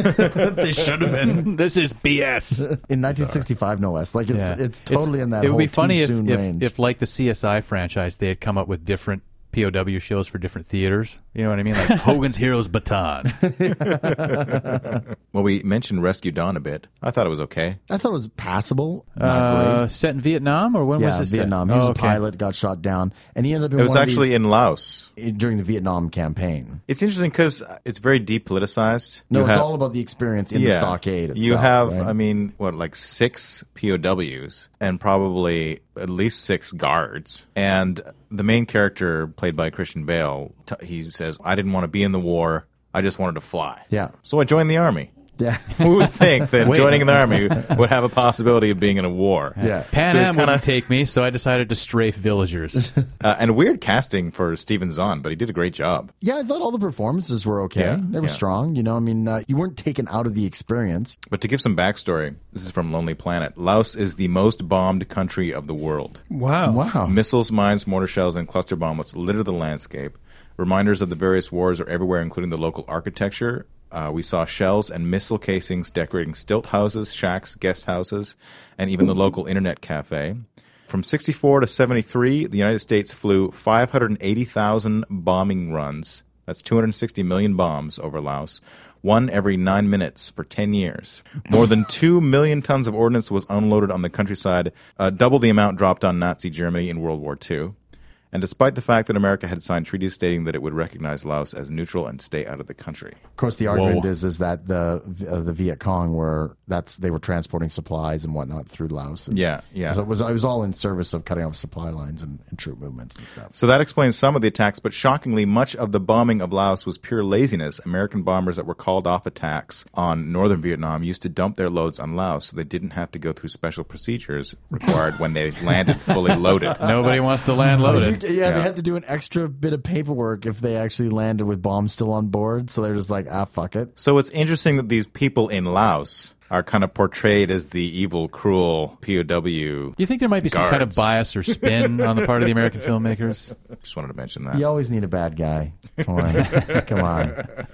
A: they should have been.
D: this is BS.
A: In 1965, no less. Like it's
D: Yeah.
A: it's totally in that.
D: It would
A: whole
D: be funny
A: too
D: if,
A: soon
D: if,
A: range.
D: if, like the CSI franchise, they had come up with different POW shows for different theaters. You know what I mean? Like Hogan's Heroes Baton.
B: Well, we mentioned Rescue Dawn a bit. I thought it was okay.
A: I thought it was passable. Not
D: Uh,
A: great.
D: set in Vietnam or when was
A: Yeah,
D: this?
A: Vietnam.
D: Set?
A: He was
D: Oh,
A: a
D: okay.
A: pilot, got shot down, and he ended up in
B: It was
A: one of
B: actually
A: these-
B: in Laos.
A: during the Vietnam campaign.
B: It's interesting because it's very depoliticized.
A: No,
B: You
A: it's
B: have-
A: all about the experience in the stockade. Itself,
B: you have,
A: right?
B: I mean, what, like six POWs and probably at least six guards. And the main character, played by Christian Bale, t- he says, I didn't want to be in the war. I just wanted to fly.
A: Yeah.
B: So I joined the army.
A: Yeah.
B: Who would think that
D: Wait.
B: joining the army would have a possibility of being in a war?
A: Yeah.
D: Pan
B: So
D: Am
B: it's kinda-
D: wouldn't take me, so I decided to strafe villagers.
B: Uh, and weird casting for Steven Zahn, but he did a great job.
A: Yeah, I thought all the performances were okay.
B: Yeah,
A: they were
B: yeah.
A: strong. You know, I mean, uh, you weren't taken out of the experience.
B: But to give some backstory, this is from Lonely Planet. Laos is the most bombed country of the world.
C: Wow.
A: Wow.
B: Missiles, mines, mortar shells, and cluster bombs litter the landscape. Reminders of the various wars are everywhere, including the local architecture. Uh, we saw shells and missile casings decorating stilt houses, shacks, guest houses, and even the local internet cafe. From 64 to 73, the United States flew 580,000 bombing runs. That's 260 million bombs over Laos, one every nine minutes for 10 years. More than 2 million tons of ordnance was unloaded on the countryside, uh, double the amount dropped on Nazi Germany in World War II. And despite the fact that America had signed treaties stating that it would recognize Laos as neutral and stay out of the country.
A: Of course, the argument is is that the uh, the Viet Cong were that's they were transporting supplies and whatnot through Laos. And
B: Yeah, yeah.
A: So it was it was all in service of cutting off supply lines and, and troop movements and stuff.
B: So that explains some of the attacks, but shockingly, much of the bombing of Laos was pure laziness. American bombers that were called off attacks on northern Vietnam used to dump their loads on Laos so they didn't have to go through special procedures required when they landed fully loaded.
D: Nobody wants to land
A: You-
D: loaded.
A: yeah, they had to do an extra bit of paperwork if they actually landed with bombs still on board. So they're just like, ah, fuck it.
B: So it's interesting that these people in Laos are kind of portrayed as the evil, cruel POW.
D: You think there might be some kind of
B: Guards.
D: bias or spin on the part of the American filmmakers?
B: Just wanted to mention that.
A: You always need a bad guy. Come on, come on.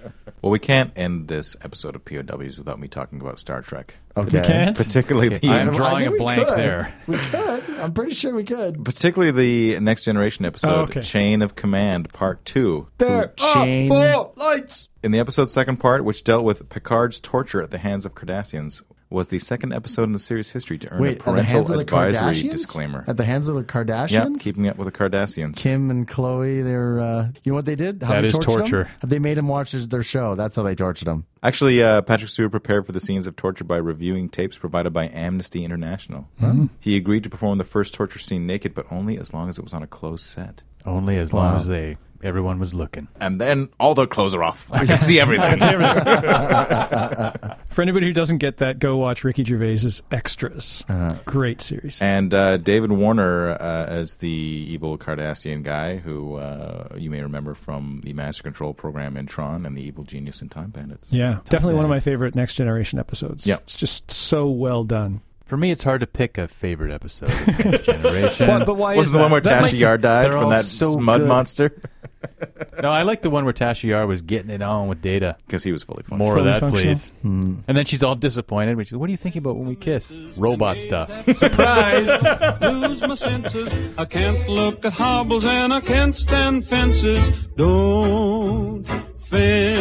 B: Well, we can't end this episode of POWs without me talking about Star Trek,
A: Okay.
C: Can't?
B: particularly the
D: I am
A: I
D: drawing
A: think
D: a
A: we
D: blank
A: could.
D: there.
A: We could. I'm pretty sure we could.
B: particularly the Next Generation episode,
C: Oh, okay.
B: Chain of Command Part Two.
C: There
A: Chain.
C: are four lights.
B: In the episode's second part, which dealt with Picard's torture at the hands of Cardassians, was the second episode in the series history to earn
A: Wait,
B: a
A: at the hands
B: parental
A: of the
B: advisory
A: Kardashians?
B: disclaimer.
A: At the hands of the
B: Yeah,
A: Kardashians?
B: keeping up with the Cardassians.
A: Kim and Chloe, they're uh, you know what they did? How
D: That
A: they
D: is
A: tortured
D: torture.
A: Them? They made him watch his- their show. That's how they tortured him.
B: Actually, uh, Patrick Stewart prepared for the scenes of torture by reviewing tapes provided by Amnesty International.
A: Hmm.
B: He agreed to perform the first torture scene naked, but only as long as it was on a closed set.
D: Only as long as they everyone was looking.
B: And then all their clothes are off. I can see everything.
C: For anybody who doesn't get that, go watch Ricky Gervais's Extras. Great series.
B: Uh-huh. And uh, David Warner uh, as the evil Cardassian guy, who uh, you may remember from the Master Control program in Tron and the Evil Genius in Time Bandits.
C: yeah, definitely one of my
D: minutes.
C: favorite Next Generation episodes.
B: Yeah.
C: it's just so well done.
D: For me, it's hard to pick a favorite episode of Next Generation.
C: But, but why
B: Wasn't
C: is
B: the
C: that?
B: one where
C: That might-
B: Tasha Yar died
D: they're
B: from
D: all
B: that
D: so
B: mud
D: good.
B: monster?
D: no, I like the one where Tasha Yar was getting it on with Data.
B: Because he was fully functional.
D: More
C: Fully
D: of that,
C: functional.
D: please. And then she's all disappointed. Which is, what are you thinking about when we kiss? Robot stuff. Surprise!
E: lose my senses. I can't look at hobbles and I can't stand fences. Don't fence.